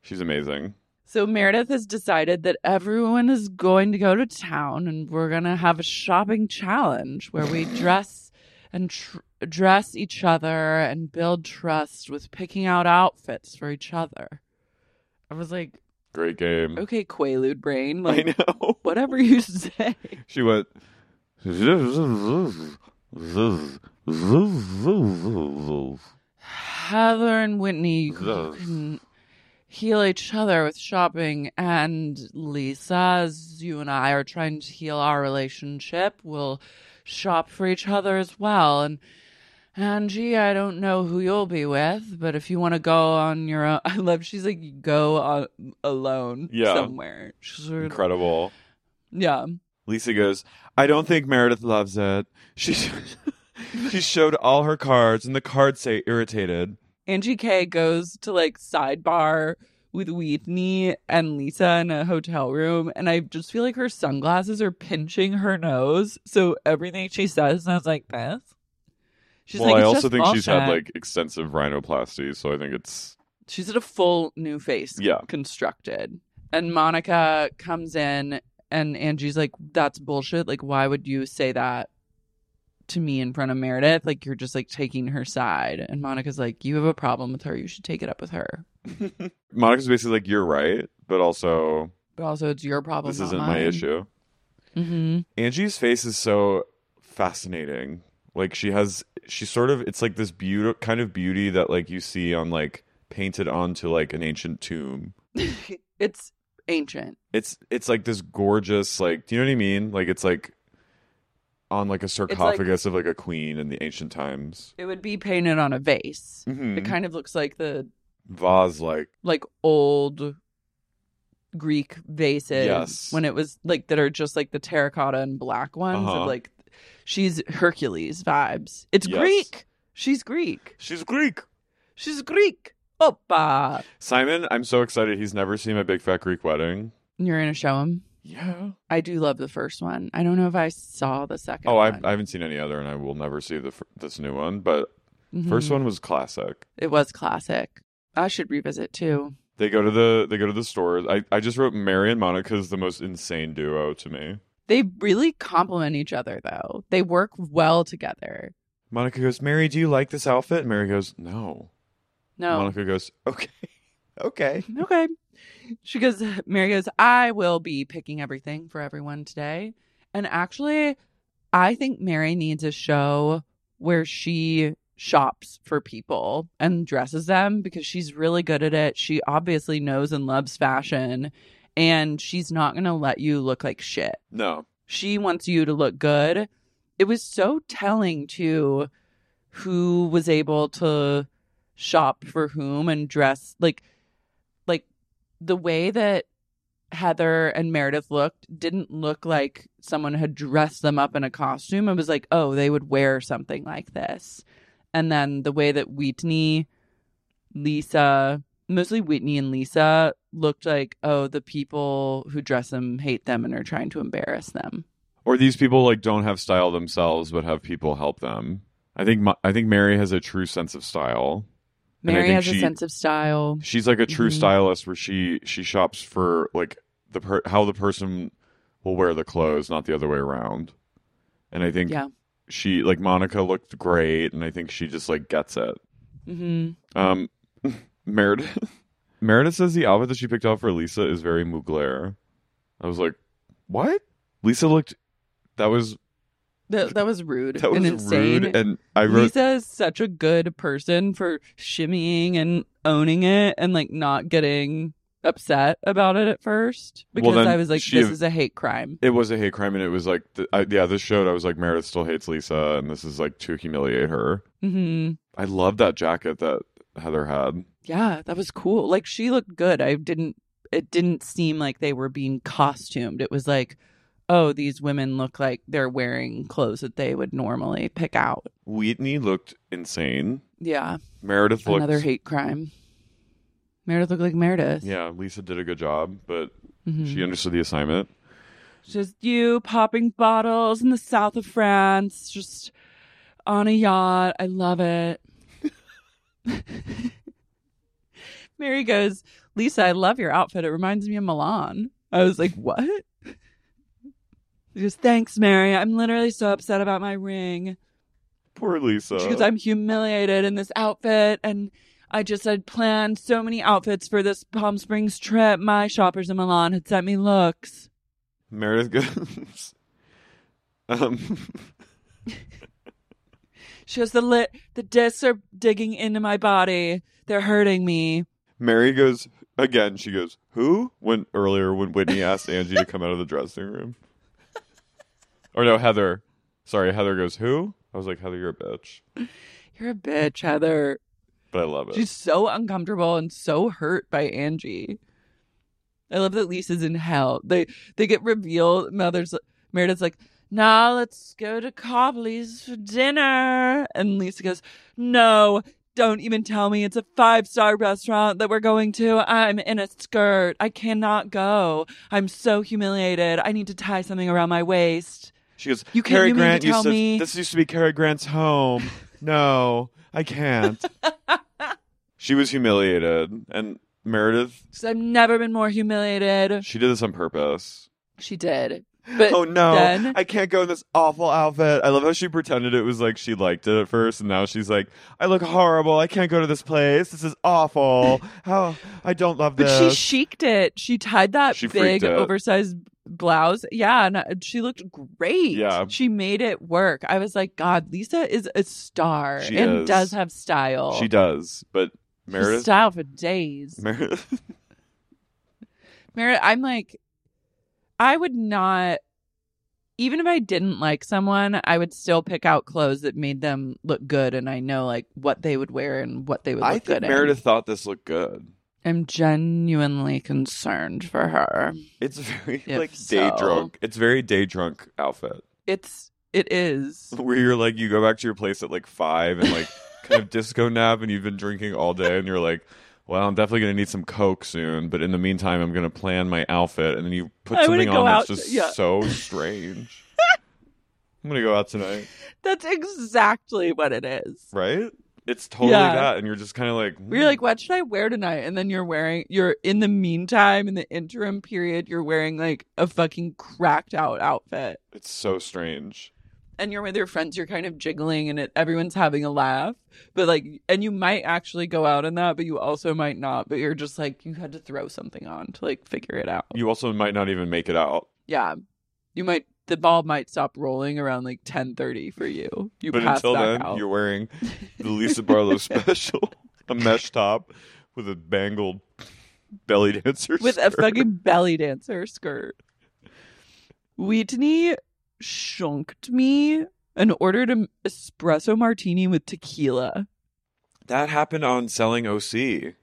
B: She's amazing.
A: So Meredith has decided that everyone is going to go to town and we're going to have a shopping challenge where we dress and tr- dress each other and build trust with picking out outfits for each other. I was like,
B: Great game.
A: okay, Quaalude brain,
B: I
A: like
B: know.
A: whatever you say.
B: She went.
A: Heather and Whitney who
B: Those.
A: can heal each other with shopping, and Lisa, as you and I are trying to heal our relationship, will shop for each other as well. And Angie, I don't know who you'll be with, but if you want to go on your own, I love. She's like, "You go on alone
B: Yeah.
A: somewhere. She's sort of-
B: Incredible.
A: yeah.
B: Lisa goes, I don't think Meredith loves it. She, she showed all her cards, and the cards say irritated.
A: Angie K goes to like sidebar with Whitney and Lisa in a hotel room, and I just feel like her sunglasses are pinching her nose, so everything she says sounds like this. She's
B: well,
A: like,
B: I
A: "It's
B: also
A: just
B: think she's had
A: bullshit."
B: like extensive rhinoplasty, so I think it's
A: she's at a full new face
B: Yeah.
A: constructed. And Monica comes in and Angie's like, That's bullshit. Like, why would you say that to me in front of Meredith? Like you're just like taking her side. And Monica's like, You have a problem with her, you should take it up with her.
B: Monica's basically like, You're right, but also
A: But also it's your problem.
B: this
A: not
B: isn't my
A: mine. Mm-hmm.
B: issue. Angie's face is so fascinating. Like she has she sort of it's like this beauty kind of beauty that like you see on like painted onto like an ancient tomb.
A: It's ancient.
B: It's it's like this gorgeous like do you know what I mean? Like it's like on like a sarcophagus of like a queen in the ancient times.
A: It would be painted on a vase. It
B: Mhm.
A: kind of looks like the
B: Vase like
A: like old Greek vases
B: Yes.
A: when it was like that are just like the terracotta and black ones.
B: Uh-huh.
A: Of, like she's Hercules vibes. It's
B: Yes.
A: Greek. She's Greek.
B: she's Greek.
A: She's Greek. Oppa.
B: Simon, I'm so excited he's never seen my big fat Greek wedding.
A: You're gonna show him.
B: Yeah.
A: I do love the first one. I don't know if I saw the second.
B: Oh, I,
A: one.
B: I haven't seen any other, and I will never see the fir- this new one. But first one was classic.
A: it was classic. I should revisit too.
B: They go to the they go to the stores. I, I just wrote Mary and Monica is the most insane duo to me.
A: They really complement each other though. They work well together.
B: Monica goes, Mary, do you like this outfit? And Mary goes, No.
A: No.
B: Monica goes, Okay, okay.
A: Okay. She goes, Mary goes, I will be picking everything for everyone today. And actually, I think Mary needs a show where she shops for people and dresses them because she's really good at it. She obviously knows and loves fashion, and she's not going to let you look like shit.
B: No,
A: She wants you to look good. It was so telling to who was able to shop for whom and dress like like the way that Heather and Meredith looked didn't look like someone had dressed them up in a costume. It was like, oh, they would wear something like this. And then the way that Whitney, Lisa, mostly Whitney and Lisa looked like, oh, the people who dress them hate them and are trying to embarrass them.
B: or these people like don't have style themselves, but have people help them. I think Mo- I think Mary has a true sense of style. And I
A: Mary
B: think
A: has a
B: she-
A: sense of style.
B: She's like a true
A: Mhm.
B: stylist where she she shops for like the per- how the person will wear the clothes, not the other way around. And I think
A: Yeah.
B: she like Monica looked great, and I think she just like gets it.
A: hmm
B: Um, Meredith Meredith says the outfit that she picked out for Lisa is very Mugler. I was like, what? Lisa looked. That was
A: That, that was rude
B: that was
A: and insane.
B: rude, and I wrote
A: Lisa is such a good person for shimmying and owning it and like not getting upset about it at first
B: Well,
A: because
B: then
A: I was like,
B: she-
A: this is a hate crime.
B: it was a hate crime, and it was like, th- I, yeah, this showed. I was like, Meredith still hates Lisa, and this is like to humiliate her.
A: hmm
B: I love that jacket that Heather had.
A: Yeah, that was cool. Like she looked good. I didn't. It didn't seem like they were being costumed. It was like, oh, these women look like they're wearing clothes that they would normally pick out.
B: Whitney looked insane.
A: Yeah,
B: Meredith looked
A: another hate crime. Meredith looked like Meredith.
B: Yeah, Lisa did a good job, but
A: Mhm.
B: she understood the assignment.
A: just you popping bottles in the south of France, just on a yacht. I love it. Mary goes, Lisa, I love your outfit. It reminds me of Milan. I was like, what? She goes, thanks, Mary. I'm literally so upset about my ring.
B: Poor Lisa.
A: She goes, I'm humiliated in this outfit. And I just had planned so many outfits for this Palm Springs trip. My shoppers in Milan had sent me looks.
B: Meredith goes. um,
A: She goes, the lit, the discs are digging into my body. They're hurting me.
B: Mary goes again. She goes, "Who?" When earlier, when Whitney asked Angie to come out of the dressing room, or no, Heather. Sorry, Heather goes, "Who?" I was like, "Heather, you're a bitch,"
A: You're a bitch, Heather.
B: but I love it.
A: She's so uncomfortable and so hurt by Angie. I love that Lisa's in hell. They they get revealed. Mother's Meredith's like, nah, let's go to Copley's for dinner. And Lisa goes, no, don't even tell me it's a five star restaurant that we're going to. I'm in a skirt. I cannot go. I'm so humiliated. I need to tie something around my waist.
B: She goes,
A: You can't-
B: Cary
A: you mean to
B: Grant
A: tell
B: used to,
A: me-
B: this used to be Cary Grant's home. No, I can't. she was humiliated. And Meredith,
A: So I've never been more humiliated.
B: she did this on purpose.
A: She did. But
B: oh no,
A: then-
B: I can't go in this awful outfit. I love how she pretended it was like she liked it at first, and now she's like, I look horrible. I can't go to this place. This is awful. How I don't love
A: But
B: this.
A: she chic'd it. She tied that
B: She freaked
A: big
B: out.
A: oversized blouse. Yeah, and uh, she looked great.
B: Yeah.
A: She made it work. I was like, God, Lisa is a star
B: She
A: and
B: is.
A: does have style.
B: She does, but
A: She's
B: Meredith.
A: style for days.
B: Meredith.
A: Meredith, I'm like, I would not, even if I didn't like someone, I would still pick out clothes that made them look good, and I know like what they would wear and what they would look
B: I think
A: good
B: Meredith thought this looked good.
A: in. I'm genuinely concerned for her.
B: It's very
A: If
B: like day
A: so.
B: drunk. It's very day drunk outfit
A: It's it is.
B: where you're like you go back to your place at like five and like kind of disco nap and you've been drinking all day and you're like, well, I'm definitely gonna need some coke soon, but in the meantime, I'm gonna plan my outfit and then you put
A: I wouldn't
B: something
A: go
B: on that's
A: out-
B: just
A: yeah.
B: so strange. I'm gonna go out tonight,
A: That's exactly what it is.
B: right? It's totally
A: Yeah.
B: that, and you're just kind of like,
A: You're like, what should I wear tonight? And then you're wearing, you're in the meantime, in the interim period, you're wearing like a fucking cracked out outfit.
B: "Hmm, It's so strange.
A: and you're with your friends, you're kind of jiggling and it, everyone's having a laugh. But like, and you might actually go out in that, but you also might not. But you're just like, you had to throw something on to like figure it out.
B: You also might not even make it out.
A: Yeah. You might, the ball might stop rolling around like 1030 for you. You
B: but
A: pass
B: until
A: back
B: then,
A: out.
B: you're wearing the Lisa Barlow special, a mesh top with a bangled belly dancer
A: with a
B: skirt.
A: fucking belly dancer skirt. Whitney shunked me and ordered an espresso martini with tequila.
B: that happened on selling OC.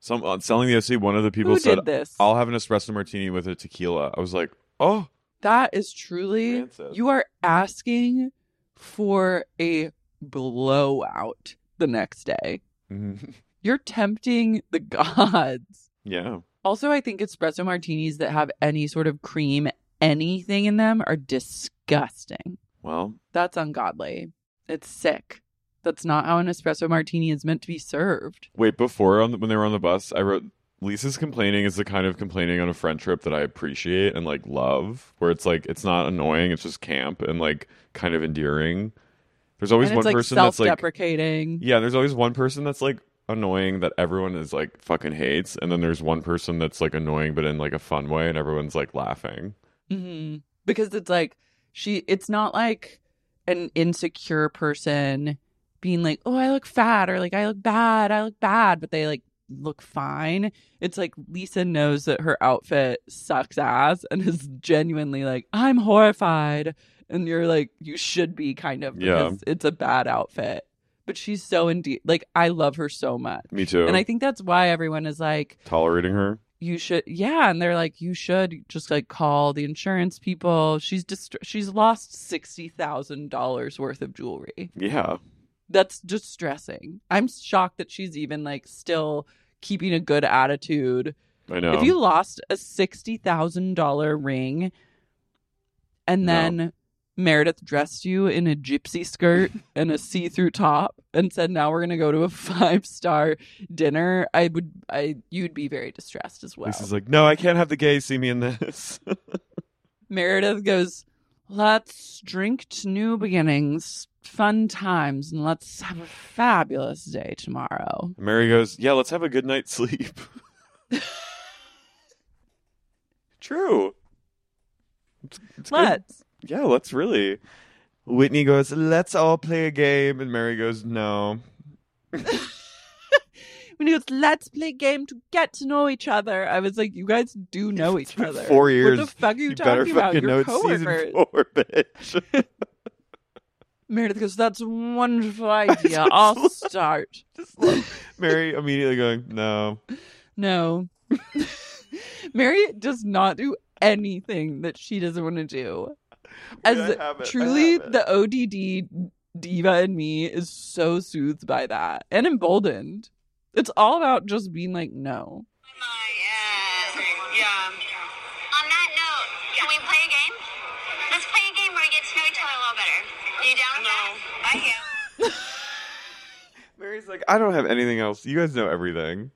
B: Some on selling the OC, one of the people
A: Who
B: said,
A: did this?
B: "I'll have an espresso martini with a tequila." I was like, "Oh,
A: That is truly
B: Rancid.
A: you are asking for a blowout the next day.
B: Mhm.
A: You're tempting the gods.
B: yeah,
A: Also, I think espresso martinis that have any sort of cream, anything in them, are disgusting.
B: well,
A: That's ungodly. It's sick. That's not how an espresso martini is meant to be served.
B: Wait, before on the, when they were on the bus, I wrote Lisa's complaining is the kind of complaining on a friend trip that I appreciate and like love, where it's like it's not annoying, it's just camp and like kind of endearing. There's always
A: and
B: one
A: it's like
B: person that's like
A: self-deprecating.
B: yeah, there's always one person that's like annoying that everyone is like fucking hates, and then there's one person that's like annoying but in like a fun way, and everyone's like laughing.
A: hmm Because it's like she, it's not like an insecure person being like, oh, I look fat or like I look bad, I look bad, but they like look fine. It's like Lisa knows that her outfit sucks ass and is genuinely like, I'm horrified. And you're like, you should be kind of
B: Yeah.
A: because it's a bad outfit. But she's so indeed like I love her so much.
B: Me too.
A: And I think that's why everyone is like,
B: Tolerating her.
A: you should yeah and they're like you should just like call the insurance people she's dist- she's lost $60,000 worth of jewelry
B: Yeah.
A: that's distressing i'm shocked that she's even like still keeping a good attitude
B: I know.
A: if you lost a $60,000 ring and
B: No.
A: then Meredith dressed you in a gypsy skirt and a see-through top and said now we're going to go to a five-star dinner i would i you'd be very distressed as well
B: Lisa's like, no, I can't have the gays see me in this.
A: Meredith goes, Let's drink to new beginnings, fun times, and let's have a fabulous day tomorrow.
B: Mary goes, Yeah, let's have a good night's sleep. True. It's- it's good.
A: Let's.
B: Yeah, let's really. Whitney goes, Let's all play a game. And Mary goes, No.
A: When he goes, Let's play a game to get to know each other. I was like, You guys do know each other.
B: Four years.
A: What the fuck are you,
B: you better
A: talking about?
B: fucking know
A: Your
B: it's season
A: coworkers.
B: four, bitch.
A: Meredith goes, That's a wonderful idea. I'll start.
B: Mary immediately going, No.
A: No. Mary does not do anything that she doesn't want to do. As
B: I have it, I
A: truly,
B: have it.
A: the ODD diva in me is so soothed by that and emboldened. It's all about just being like, no.
F: On that note, can we play a game? Let's play a game where we get to know each other a little better. Are you down with that? I am.
B: Mary's like, I don't have anything else. You guys know everything.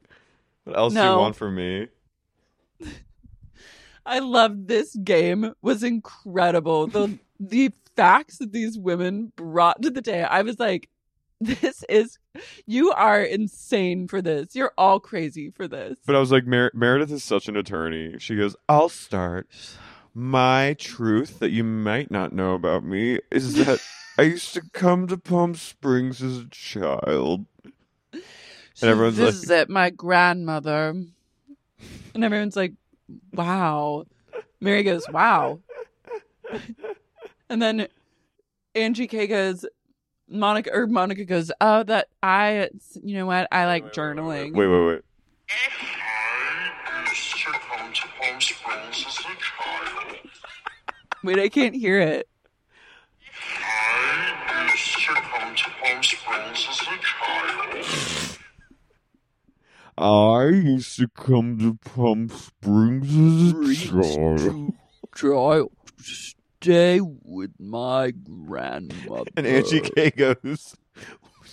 B: What else do you
A: No.
B: want from me?
A: I love this game was incredible. The the facts that these women brought to the day. I was like this is you are insane for this. You're all crazy for this.
B: But I was like, Mer- Meredith is such an attorney. She goes, I'll start. My truth that you might not know about me is that I used to come to Palm Springs as a child. And everyone's
A: this
B: like-
A: is it, my grandmother. And everyone's like, wow. Mary goes, wow. and then Angie K goes, Monica or Monica goes, oh, that I, you know what? I like journaling.
B: Wait, wait, wait.
F: I used to come to Palm Springs as a child.
A: Wait, I can't hear it.
F: I used to come to Palm Springs as a child.
B: I used to come to Palm Springs as a child.
A: Try stay with my grandmother.
B: And Angie K goes,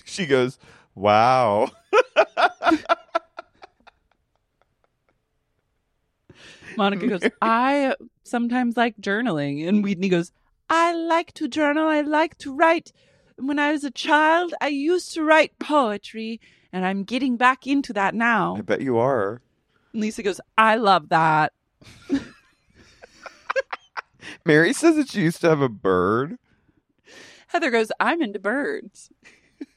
B: she goes, wow.
A: Monica goes, I uh, sometimes like journaling. And Whitney goes, I like to journal. I like to write. When I was a child, I used to write poetry, and I'm getting back into that now.
B: I bet you are.
A: And Lisa goes, I love that.
B: Mary says that she used to have a bird.
A: Heather goes, I'm into birds.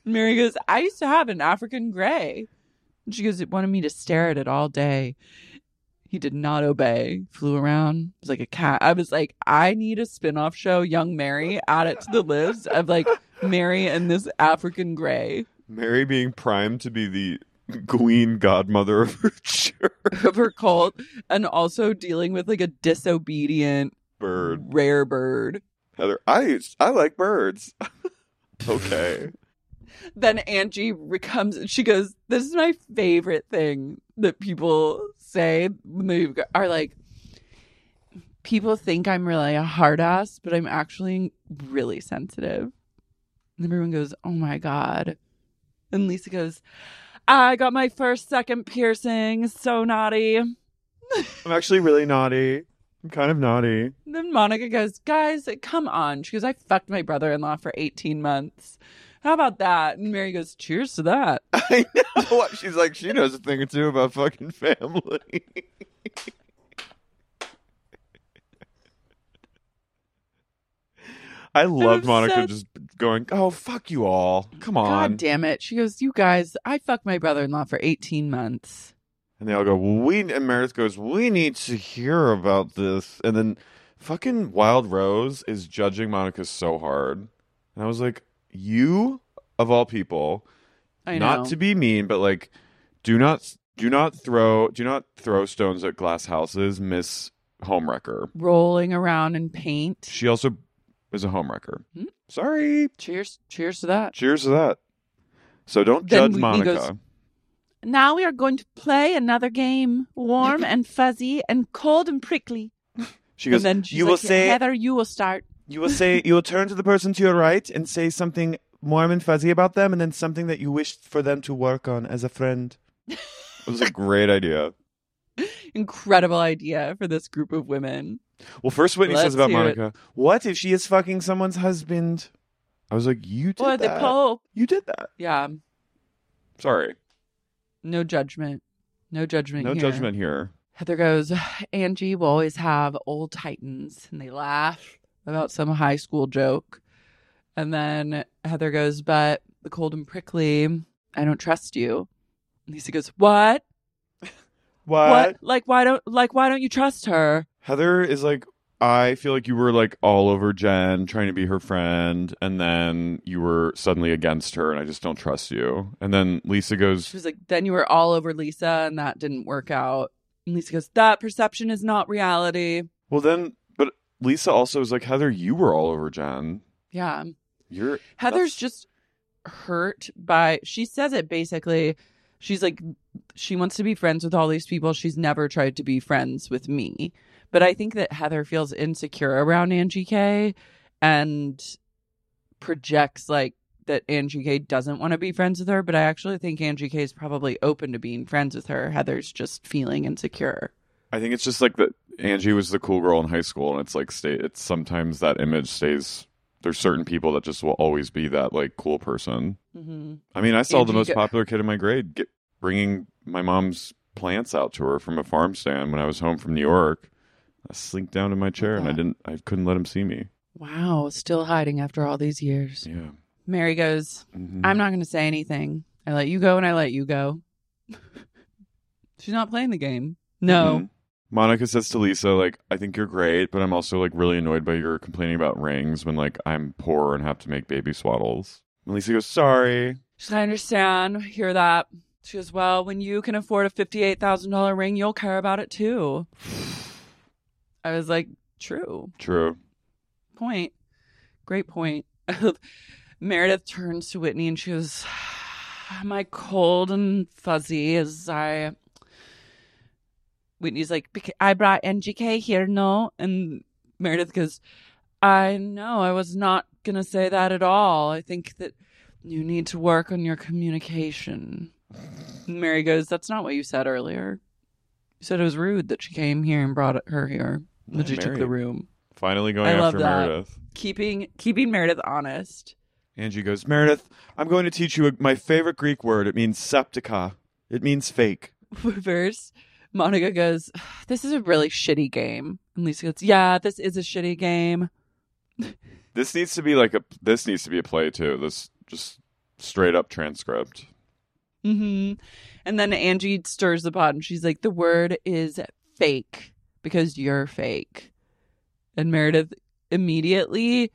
A: Mary goes, I used to have an African gray. And she goes, It wanted me to stare at it all day. He did not obey, flew around, was like a cat. I was like, I need a spin off show, Young Mary, add it to the list of like Mary and this African gray
B: Mary being primed to be the queen godmother of her church
A: of her cult, and also dealing with like a disobedient
B: bird.
A: rare bird.
B: Heather, I used- I like birds. okay.
A: then Angie re- comes and she goes, This is my favorite thing that people say when they go- are like, People think I'm really a hard ass, but I'm actually really sensitive. And everyone goes, Oh my God. And Lisa goes, I got my first second piercing. So naughty.
B: I'm actually really naughty. I'm kind of naughty.
A: Then Monica goes, Guys, come on. She goes, I fucked my brother in law for 18 months. How about that? And Mary goes, Cheers to that.
B: I know. She's like, she knows a thing or two about fucking family. I love
A: I'm
B: Monica
A: so-
B: just going, oh, fuck you all. Come
A: God
B: on.
A: damn it. She goes, You guys, I fucked my brother in law for 18 months.
B: And they all go, we, and Meredith goes, we need to hear about this. And then fucking Wild Rose is judging Monica so hard. And I was like, you, of all people,
A: I know.
B: not to be mean, but like, do not, do not throw, do not throw stones at glass houses, Miss Homewrecker.
A: rolling around in paint.
B: She also is a homewrecker.
A: Hmm?
B: Sorry.
A: Cheers. Cheers to that.
B: Cheers to that. So don't
A: Then
B: judge
A: Whitney
B: Monica.
A: goes- Now we are going to play another game warm and fuzzy and cold and prickly.
B: she
A: and
B: goes,
A: then she's
B: you will
A: like,
B: say,
A: Heather, you will start.
B: You will say you will turn to the person to your right and say something warm and fuzzy about them, and then something that you wish for them to work on as a friend. it was a great idea.
A: Incredible idea for this group of women.
B: Well, first Whitney
A: Let's
B: says about
A: hear it.
B: Monica, "What if she is fucking someone's husband?" I was like, "You did
A: Or the
B: that.
A: Pope.
B: you did that."
A: Yeah.
B: Sorry,
A: No judgment. No judgment.
B: no
A: here.
B: judgment here.
A: Heather goes, Angie will always have old Titans, and they laugh about some high school joke. And then Heather goes, But the cold and prickly, I don't trust you. And Lisa goes, What?
B: What?
A: Like why don't like why don't you trust her?
B: Heather is like, I feel like you were like all over Jen, trying to be her friend, and then you were suddenly against her, and I just don't trust you. And then Lisa
A: She
B: goes,
A: was like, Then you were all over Lisa and that didn't work out. And Lisa goes, That perception is not reality.
B: Well, then, but Lisa also is like, Heather, you were all over Jen.
A: Yeah.
B: You're
A: Heather's
B: that's-
A: just hurt by she says it basically. She's like she wants to be friends with all these people. She's never tried to be friends with me. But I think that Heather feels insecure around Angie K and projects like that Angie K doesn't want to be friends with her, but I actually think Angie K is probably open to being friends with her. Heather's just feeling insecure.
B: I think it's just like that Angie was the cool girl in high school, and it's like stay. It's sometimes that image stays. There's certain people that just will always be that like cool person. I mean, I
A: Mm-hmm.
B: saw
A: Angie
B: the most
A: go-
B: popular kid in my grade get, bringing my mom's plants out to her from a farm stand when I was home from New York. I slinked down to my chair and I didn't. I couldn't let him see me.
A: Wow, still hiding after all these years.
B: Yeah. Mm-hmm.
A: Mary goes, I'm not going to say anything. I let you go and I let you go. She's not playing the game. No.
B: Mhm. Monica says to Lisa, like, I think you're great, but I'm also like really annoyed by your complaining about rings when like I'm poor and have to make baby swaddles. And Lisa goes, Sorry.
A: She's like, I understand. I Hear that. She goes, Well, when you can afford a $58,000 ring, you'll care about it too. I was like, True.
B: True.
A: Point. Great point. Meredith turns to Whitney and she goes, Am I cold and fuzzy as I. Whitney's like, "Bec- I brought NGK here, no? And Meredith goes, I know. I was not going to say that at all. I think that you need to work on your communication. Mary goes, That's not what you said earlier. You said it was rude that she came here and brought her here, that she took
B: Mary.
A: the room.
B: Finally going
A: I love
B: after
A: that.
B: Meredith.
A: Keeping keeping Meredith honest.
B: Angie goes, Meredith, I'm going to teach you my favorite Greek word. It means septica. It means fake.
A: Reverse. Monica goes, This is a really shitty game. And Lisa goes, Yeah, this is a shitty game.
B: This needs to be like a this needs to be a play too. This just straight up transcript.
A: hmm And then Angie stirs the pot and she's like, the word is fake because you're fake. And Meredith immediately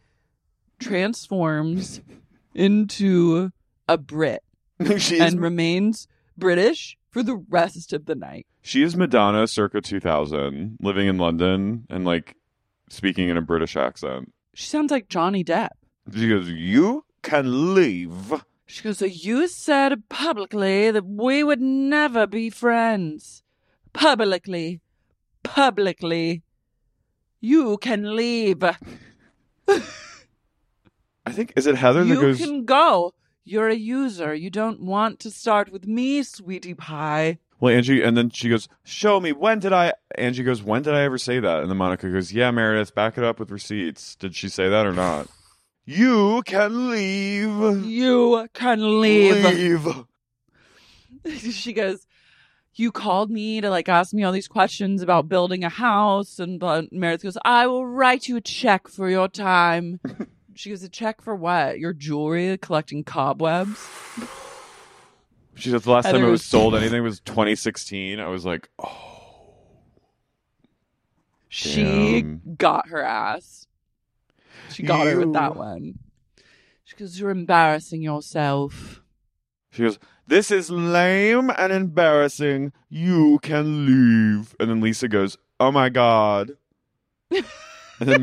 A: transforms into a Brit
B: she is
A: and remains British for the rest of the night.
B: She is Madonna circa 2000, living in London and like speaking in a British accent.
A: She sounds like Johnny Depp.
B: She goes, You can leave.
A: She goes, So you said publicly that we would never be friends. Publicly. Publicly. You can leave.
B: I think, is it Heather that
A: you
B: goes,
A: can go. You're a user. You don't want to start with me, sweetie pie.
B: Well, Angie, and then she goes, Show me, when did I? Angie goes, When did I ever say that? And then Monica goes, Yeah, Meredith, back it up with receipts. Did she say that or not? you can leave.
A: You can leave.
B: Leave.
A: she goes, You called me to like ask me all these questions about building a house. And but Meredith goes, I will write you a check for your time. she goes, A check for what? Your jewelry collecting cobwebs?
B: She says, The last
A: Heather
B: time it was
A: was-
B: sold anything was 2016. I was like, Oh,
A: She
B: Damn.
A: got her ass. She got her with that
B: You-
A: one. She goes, You're embarrassing yourself.
B: She goes, This is lame and embarrassing. You can leave. And then Lisa goes, Oh my God. and then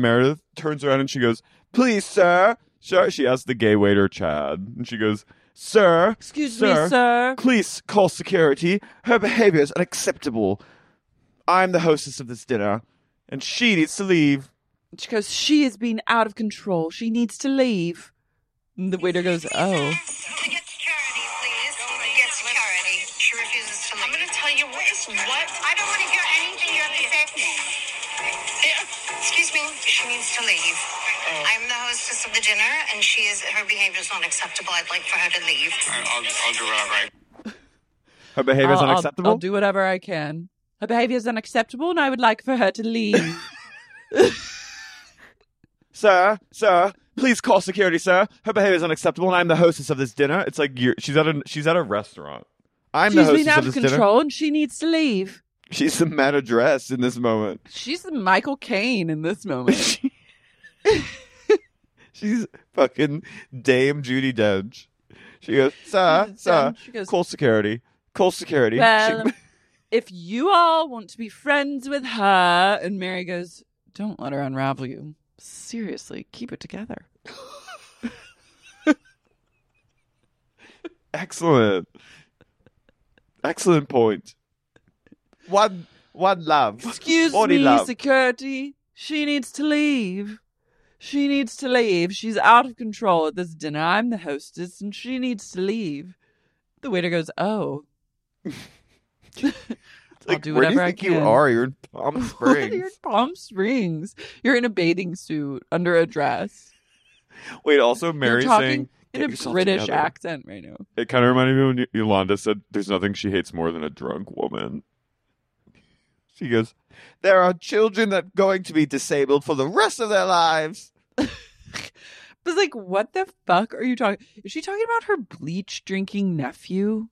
B: Meredith turns around and she goes, Please, sir. Sir. She asks the gay waiter, Chad. And she goes, Sir.
A: Excuse me, sir.
B: Please call security. Her behavior is unacceptable. I'm the hostess of this dinner. And she needs to leave.
A: She goes, She has been out of control. She needs to leave. And the waiter goes, Oh.
G: To get security, please. To get security. She refuses to leave. I'm going to tell you what is what. I don't want to hear anything you have to say. Yeah. Excuse me. She needs to leave. I'm the hostess of the dinner, and she is her behavior is not acceptable. I'd like for her to leave. I'll, I'll do whatever I
B: Her behavior is
A: I'll- I'll-
B: unacceptable.
A: I'll do whatever I can. Her behavior is unacceptable, and I would like for her to leave.
B: sir, sir, please call security, sir. Her behavior is unacceptable, and I'm the hostess of this dinner. It's like you're, she's at a she's at a restaurant. I'm the
A: She's
B: hostess
A: been out
B: of
A: of
B: this
A: control,
B: dinner.
A: and she needs to leave.
B: She's the manageress in this moment.
A: She's the Michael Caine in this moment.
B: She's fucking Dame Judy Dench. She goes, sir, sir,
A: She goes-
B: call security, call security.
A: well,
B: She-
A: if you all want to be friends with her, and Mary goes, Don't let her unravel you. Seriously, keep it together.
B: excellent, excellent point. One, one love.
A: Excuse
B: Body
A: me,
B: love.
A: security. She needs to leave. She needs to leave. She's out of control at this dinner. I'm the hostess and she needs to leave. The waiter goes, Oh. I'll do whatever
C: where do you
A: I
C: think
A: can.
C: you are? You're in Palm
A: You're in
C: Springs.
A: Palm Springs. You're in a bathing suit under a dress.
C: Wait, also Mary
A: You're talking
C: saying
A: in
C: "Get
A: a
C: yourself
A: British
C: together."
A: accent right now.
C: It kind of reminded me when Yolanda said, "There's nothing she hates more than a drunk woman." She goes, "There are children that are going to be disabled for the rest of their lives."
A: But like, what the fuck are you talking? Is she talking about her bleach drinking nephew?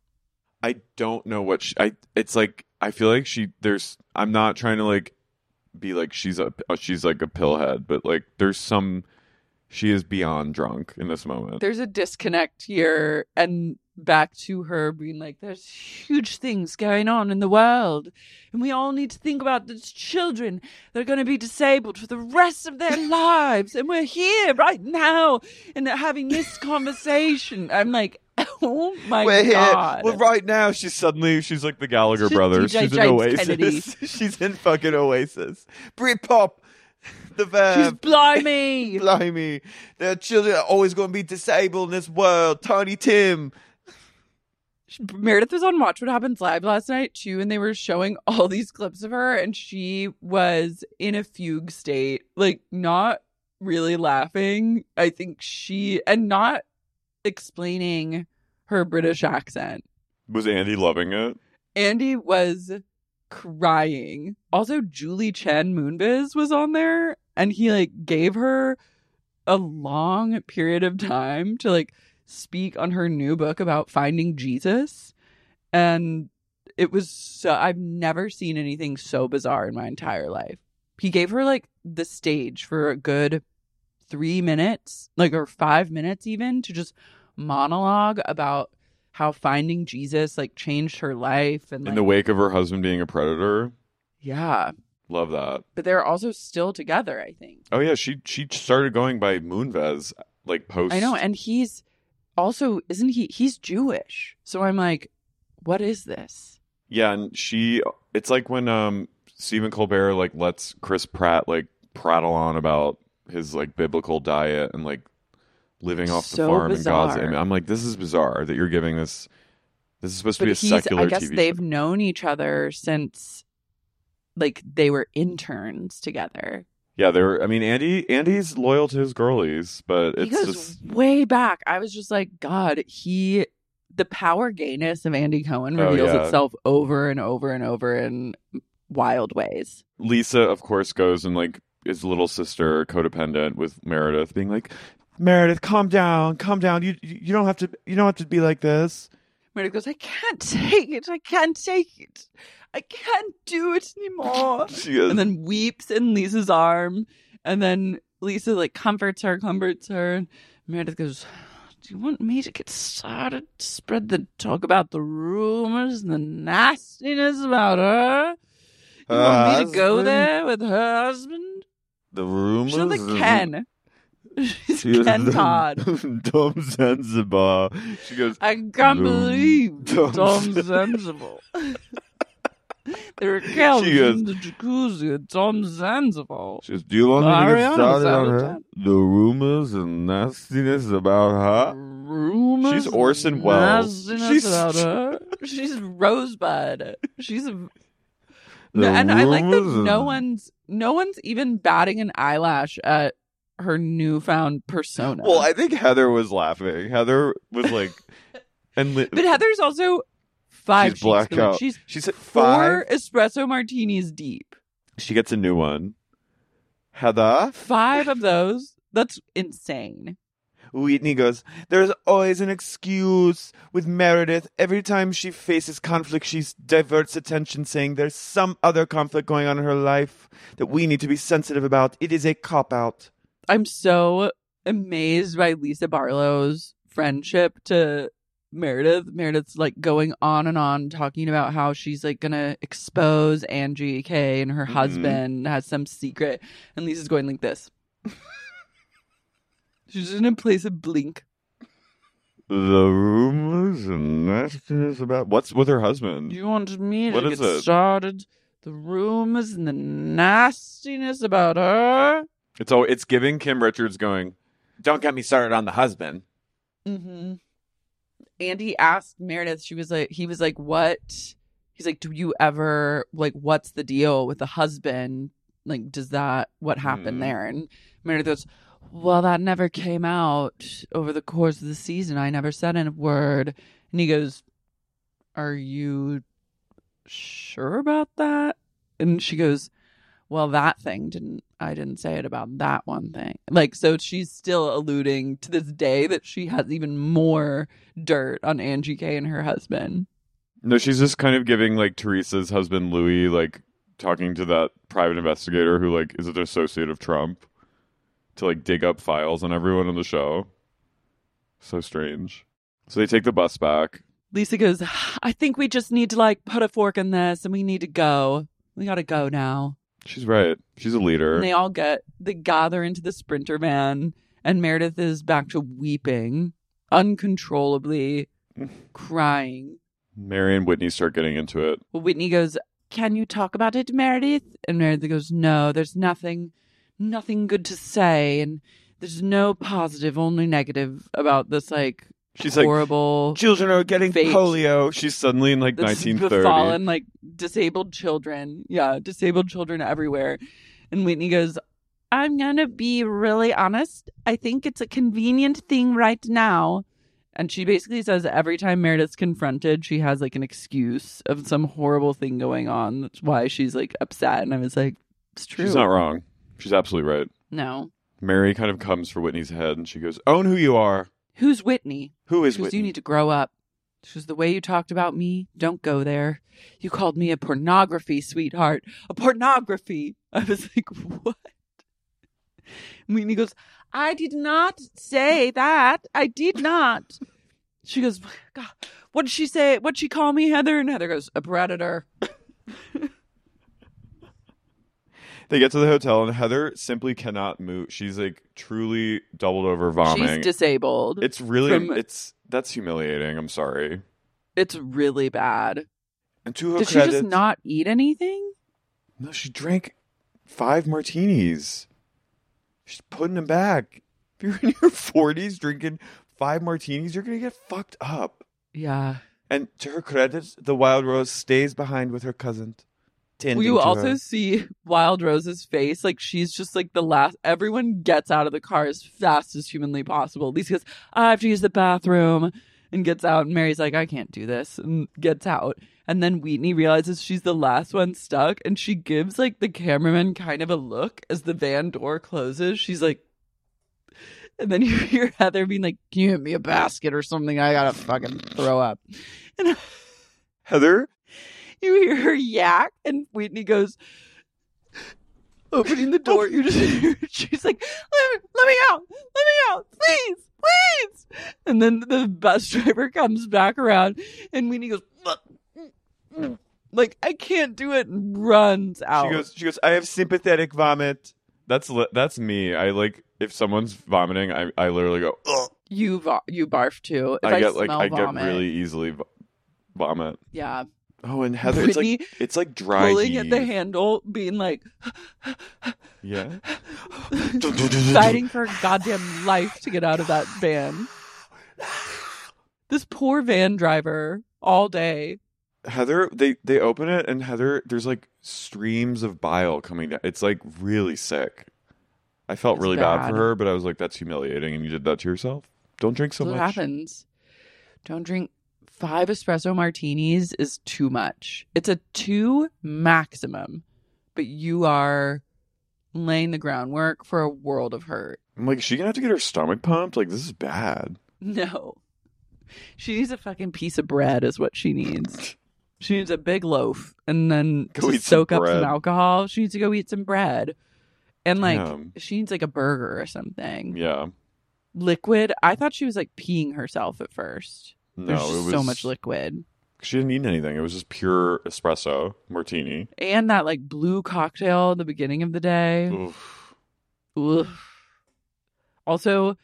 B: I don't know what she, I. It's like I feel like she. There's. I'm not trying to like be like she's a she's like a pillhead, but like there's some. She is beyond drunk in this moment.
A: There's a disconnect here, and back to her being like, "There's huge things going on in the world, and we all need to think about these children that are going to be disabled for the rest of their lives, and we're here right now and they're having this conversation." I'm like, "Oh my
C: We're
A: god!"
C: here. Well, right now she's suddenly she's like the Gallagher
A: She's
C: brothers.
A: DJ
C: she's in
A: James
C: Oasis.
A: Kennedy.
C: she's in fucking Oasis. Britpop. The
A: She's
C: verb.
A: blimey.
C: Blimey. There are children that are always going to be disabled in this world. Tiny Tim.
A: Meredith was on Watch What Happens Live last night too, and they were showing all these clips of her, and she was in a fugue state, like not really laughing. I think she and not explaining her British accent.
C: Was Andy loving it?
A: Andy was crying. Also, Julie Chen Moonbiz was on there, and he like gave her a long period of time to like speak on her new book about finding Jesus. And it was so I've never seen anything so bizarre in my entire life. He gave her like the stage for a good three minutes, like or five minutes even, to just monologue about how finding Jesus like changed her life and
B: in
A: like,
B: the wake of her husband being a predator.
A: yeah,
B: Love that.
A: but they're also still together, I think.
B: Oh yeah, she she started going by Moonvez like post.
A: I know, and he's also isn't he he's Jewish. So I'm like, what is this?
B: Yeah, and she it's like when um Stephen Colbert like lets Chris Pratt like prattle on about his like biblical diet and like living off
A: So
B: the farm and God's
A: bizarre.
B: image. I'm like, this is bizarre that you're giving this this is supposed to
A: But
B: be a
A: he's
B: secular
A: I guess
B: TV
A: they've
B: show.
A: known each other since like they were interns together.
B: Yeah, they're I mean Andy Andy's loyal to his girlies, but
A: He
B: it's
A: goes
B: just
A: way back. I was just like, God, he the power gayness of Andy Cohen
B: Oh,
A: reveals
B: yeah.
A: itself over and over and over in wild ways.
B: Lisa, of course, goes and like is little sister codependent with Meredith, being like, Meredith, calm down, calm down. You you you don't have to you don't have to be like this.
A: Meredith goes, I can't take it. I can't take it. I can't do it anymore.
B: She goes,
A: and then weeps in Lisa's arm. And then Lisa like comforts her, comforts her. And Meredith goes, Do you want me to get started? Spread the talk about the rumors and the nastiness about her? You want me to go there with her husband?
C: The room
A: She's like Ken. She's
C: She was
A: Ken
C: dumb-
A: Todd.
C: Dumb Zanzibar. She goes,
A: I can't
C: Dumb.
A: believe
C: Dumb.
A: Tom's Zanzibar. There are cows
C: She goes-
A: in the jacuzzi at Tom Zanzibar.
C: she goes, Do you want me to
A: Ariana
C: get started on her?
A: Sabotage.
C: The rumors and nastiness about her?
A: rumors.
B: She's Orson Welles.
A: nastiness
B: She's-
A: about her. She's Rosebud. She's a...
C: The
A: and I like that
C: rumors
A: no
C: and-
A: one's no one's even batting an eyelash at her newfound persona.
C: Well, I think Heather was laughing. Heather was like, and li-
A: but Heather's also five.
C: She's
A: cheeks
C: blacked
A: going.
C: out.
A: She's
C: she said
A: four
C: five.
A: espresso martinis deep.
C: She gets a new one. Heather
A: Five of those. That's insane.
C: Whitney goes. There is always an excuse with Meredith. Every time she faces conflict, she diverts attention, saying there's some other conflict going on in her life that we need to be sensitive about. It is a cop out.
A: I'm so amazed by Lisa Barlow's friendship to Meredith. Meredith's like going on and on talking about how she's like gonna expose Angie K and
C: Mm-hmm.
A: her husband has some secret, and Lisa's going like this. she's in a place of blink.
C: The rumors and nastiness about what's with her husband.
A: You want me to
C: What
A: get
C: is it?
A: started? The rumors and the nastiness about her.
B: It's all it's giving Kim Richards going, Don't get me started on the husband.
A: Mm-hmm. Andy asked Meredith, she was like, he was like, what he's like, Do you ever like what's the deal with the husband? Like, does that what happened
H: Hmm.
A: there? And Meredith goes, Well, that never came out over the course of the season. I never said a word. And he goes, Are you sure about that? And she goes, Well, that thing didn't I didn't say it about that one thing. Like, so she's still alluding to this day that she has even more dirt on Angie K and her husband.
B: No, she's just kind of giving like Teresa's husband Louis like talking to that private investigator who like is an associate of Trump to like dig up files on everyone on the show. So strange. So they take the bus back.
A: Lisa goes, I think we just need to like put a fork in this and we need to go. We gotta go now.
B: She's right. She's a leader.
A: And they all get, they gather into the sprinter van and Meredith is back to weeping uncontrollably, crying.
B: Mary and Whitney start getting into it.
A: Whitney goes, Can you talk about it, Meredith? And Meredith goes, No, there's nothing, nothing good to say. And there's no positive, only negative about this like
B: She's like
A: horrible.
B: children are getting
A: Fate.
B: polio. She's suddenly in like
A: that's
B: 1930.
A: befallen like disabled children. Yeah, disabled children everywhere. And Whitney goes, I'm gonna be really honest. I think it's a convenient thing right now. And she basically says every time Meredith's confronted, she has like an excuse of some horrible thing going on. That's why she's like upset. And I was like, it's true.
B: She's not wrong. She's absolutely right.
A: No.
B: Mary kind of comes for Whitney's head and she goes, "Own who you are.
A: Who's Whitney?
B: Who is
A: She goes,
B: Whitney?"
A: you need to grow up. She goes, the way you talked about me, don't go there. You called me a pornography, sweetheart. A pornography. I was like, what? And Whitney goes, I did not say that. I did not. She goes, God, what did she say? What'd she call me, Heather? And Heather goes, a predator.
B: They get to the hotel and Heather simply cannot move. She's like truly doubled over vomiting.
A: She's disabled.
B: it's really
A: from-
B: it's that's humiliating. I'm sorry.
A: it's really bad.
B: And to her
A: Did she
B: credit,
A: just not eat anything?
B: no, she drank five martinis. She's putting them back. If you're in your 40s drinking five martinis, you're gonna get fucked up.
A: Yeah.
B: And to her credit, the wild rose stays behind with her cousin.
A: Will you also see Wild Rose's face? Like she's just like the last. Everyone gets out of the car as fast as humanly possible. Lisa goes, "I have to use the bathroom," and gets out. And Mary's like, "I can't do this," and gets out. And then Whitney realizes she's the last one stuck, and she gives like the cameraman kind of a look as the van door closes. She's like. And then you hear Heather being like, "Can you hit me a basket or something? I gotta fucking throw up." And
B: Heather?
A: you hear her yak, and Whitney goes, opening the door. You just hear she's like, let me, let me out, let me out, please, please. And then the bus driver comes back around, and Whitney goes, like, I can't do it, and runs out.
B: She goes. She goes. I have sympathetic vomit. That's li- that's me. I like if someone's vomiting, I I literally go. Ugh.
A: you vo- you barf too. If
B: I get like
A: smell
B: I
A: vomit,
B: get really easily vo- vomit.
A: yeah.
B: Oh, and Heather,
A: Whitney
B: it's like it's like dry
A: Pulling at the
B: heave.
A: handle, being like
B: Yeah,
A: fighting for her goddamn life to get out of that van. This poor van driver all day.
B: Heather. They they open it and Heather. There's like streams of bile coming down. It's like really sick. I felt
A: It's
B: really bad.
A: bad.
B: for her, but I was like, that's humiliating, and you did that to yourself. Don't drink so
A: what
B: much.
A: happens? Don't drink five espresso martinis is too much. It's a two maximum, but you are laying the groundwork for a world of hurt.
B: I'm like, is she gonna have to get her stomach pumped? Like, this is bad.
A: No. She needs a fucking piece of bread, is what she needs. She needs a big loaf and then
B: Go
A: to
B: eat some
A: soak up some
B: bread.
A: alcohol. She needs to go eat some bread. And like
B: Damn.
A: she needs like a burger or something.
B: Yeah.
A: Liquid. I thought she was like peeing herself at first.
B: No,
A: There's
B: it
A: just
B: was
A: so much liquid.
B: She didn't eat anything. It was just pure espresso martini.
A: And that like blue cocktail at the beginning of the day.
B: Oof.
A: Oof. Also,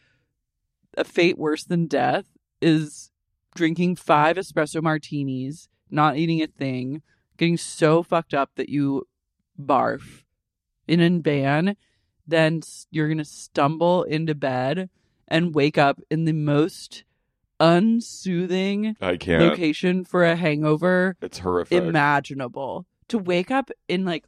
A: a fate worse than death is drinking five espresso martinis, not eating a thing, getting so fucked up that you barf in a van. Then s- you're going to stumble into bed and wake up in the most unsoothing
B: I can't.
A: location for a hangover
B: It's horrific.
A: imaginable. To wake up in like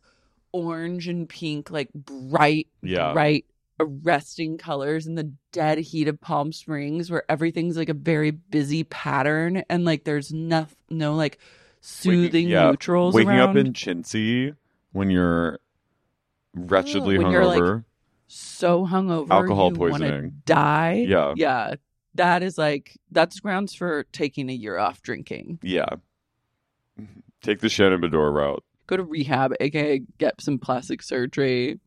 A: orange and pink, like bright,
B: Yeah.
A: bright, arresting colors in the dead heat of Palm Springs, where everything's like a very busy pattern and like there's no, no like soothing
B: yeah.
A: neutrals
B: Waking
A: around.
B: up in Chintzy when you're wretchedly
A: When you're,
B: hungover.
A: like, so hungover,
B: Alcohol
A: you wanna
B: poisoning.
A: die.
B: Yeah.
A: yeah. That is like that's grounds for taking a year off drinking.
B: yeah. Take the Shannon Bedore route.
A: go to rehab, aka get some plastic surgery,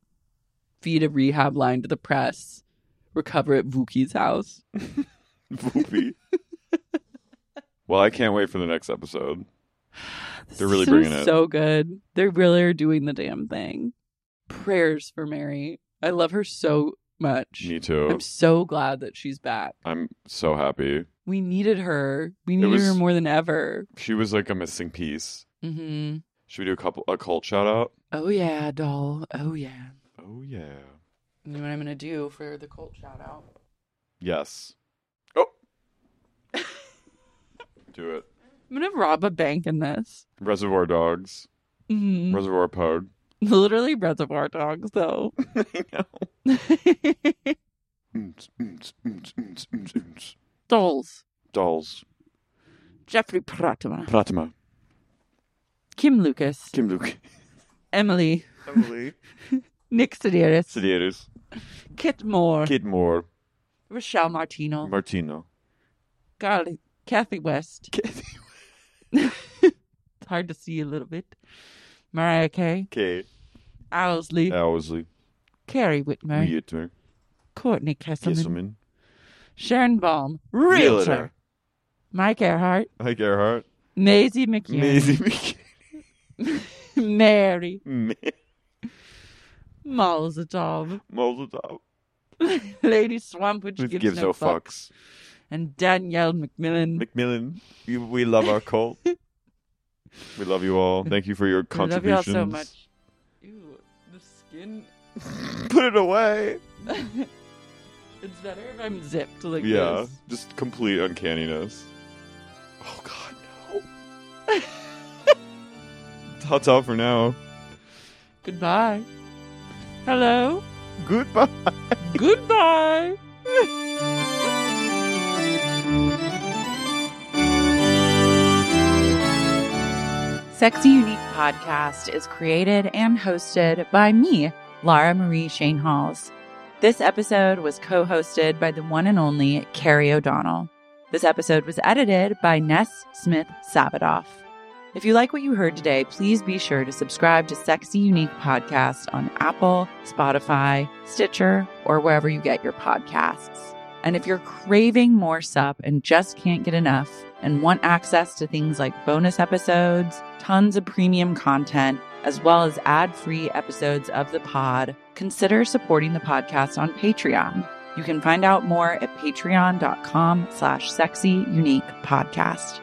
A: feed a rehab line to the press, recover at Vuki's house.
B: Poopy. well, I can't wait for the next episode. They're really
A: This
B: bringing
A: is
B: it.
A: So good. They really are doing the damn thing. Prayers for Mary. I love her so much.
B: Me too.
A: I'm so glad that she's back.
B: I'm so happy.
A: We needed her. We needed
B: was-
A: her more than ever.
B: She was like a missing piece.
A: hmm
B: Should we do a couple a cult shout out?
A: Oh yeah, doll. Oh yeah.
B: Oh yeah.
A: You know what I'm gonna do for the cult shout out?
B: Yes. Oh. do it.
A: I'm gonna rob a bank in this.
B: Reservoir Dogs.
A: Mhm.
B: Reservoir Pug.
A: Literally Reservoir Dogs, though.
B: Mm, mm, mm, mm, mm, mm.
A: Dolls.
B: Dolls.
A: Jeffrey Pratima.
B: Pratima.
A: Kim Lucas.
B: Kim Luke.
A: Emily.
B: Emily.
A: Nick Sedaris.
B: Sedaris.
A: Kit Moore.
B: Kid Moore.
A: Rochelle Martino.
B: Martino.
A: Carly. Kathy West. it's hard to see a little bit. Mariah Kay.
B: Kay.
A: Owsley.
B: Owsley.
A: Carrie Whitmer.
B: Wietmer.
A: Courtney Kesselman.
B: Kisselman.
A: Sharon Baum.
B: Realtor.
A: Mike Earhart.
B: Mike Earhart.
A: Maisie McKeon.
B: Maisie McKay.
A: Mary.
B: Ma-
A: Malzatov.
B: Molotov.
A: Lady Swamp, which
B: Who
A: gives,
B: gives
A: no,
B: no
A: fucks.
B: fucks.
A: And Danielle McMillan.
B: McMillan, you- we love our cult. we love you all. Thank you for
A: I
B: your
A: love
B: contributions.
A: y'all so much. Ew, the skin.
B: Put it away.
A: It's better if I'm zipped like
B: yeah,
A: this.
B: just complete uncanniness. Oh God, no. That's all for now.
A: Goodbye. Hello.
B: Goodbye.
A: Goodbye.
I: Sexy Unique podcast is created and hosted by me, Lara Marie Shane Halls. This episode was co hosted by the one and only Carrie O'Donnell. This episode was edited by Ness Smith Sabadoff. If you like what you heard today, please be sure to subscribe to Sexy Unique Podcast on Apple, Spotify, Stitcher, or wherever you get your podcasts. And if you're craving more sup and just can't get enough and want access to things like bonus episodes, tons of premium content, as well as ad free episodes of the pod, consider supporting the podcast on Patreon. You can find out more at patreon.com slash sexy unique podcast.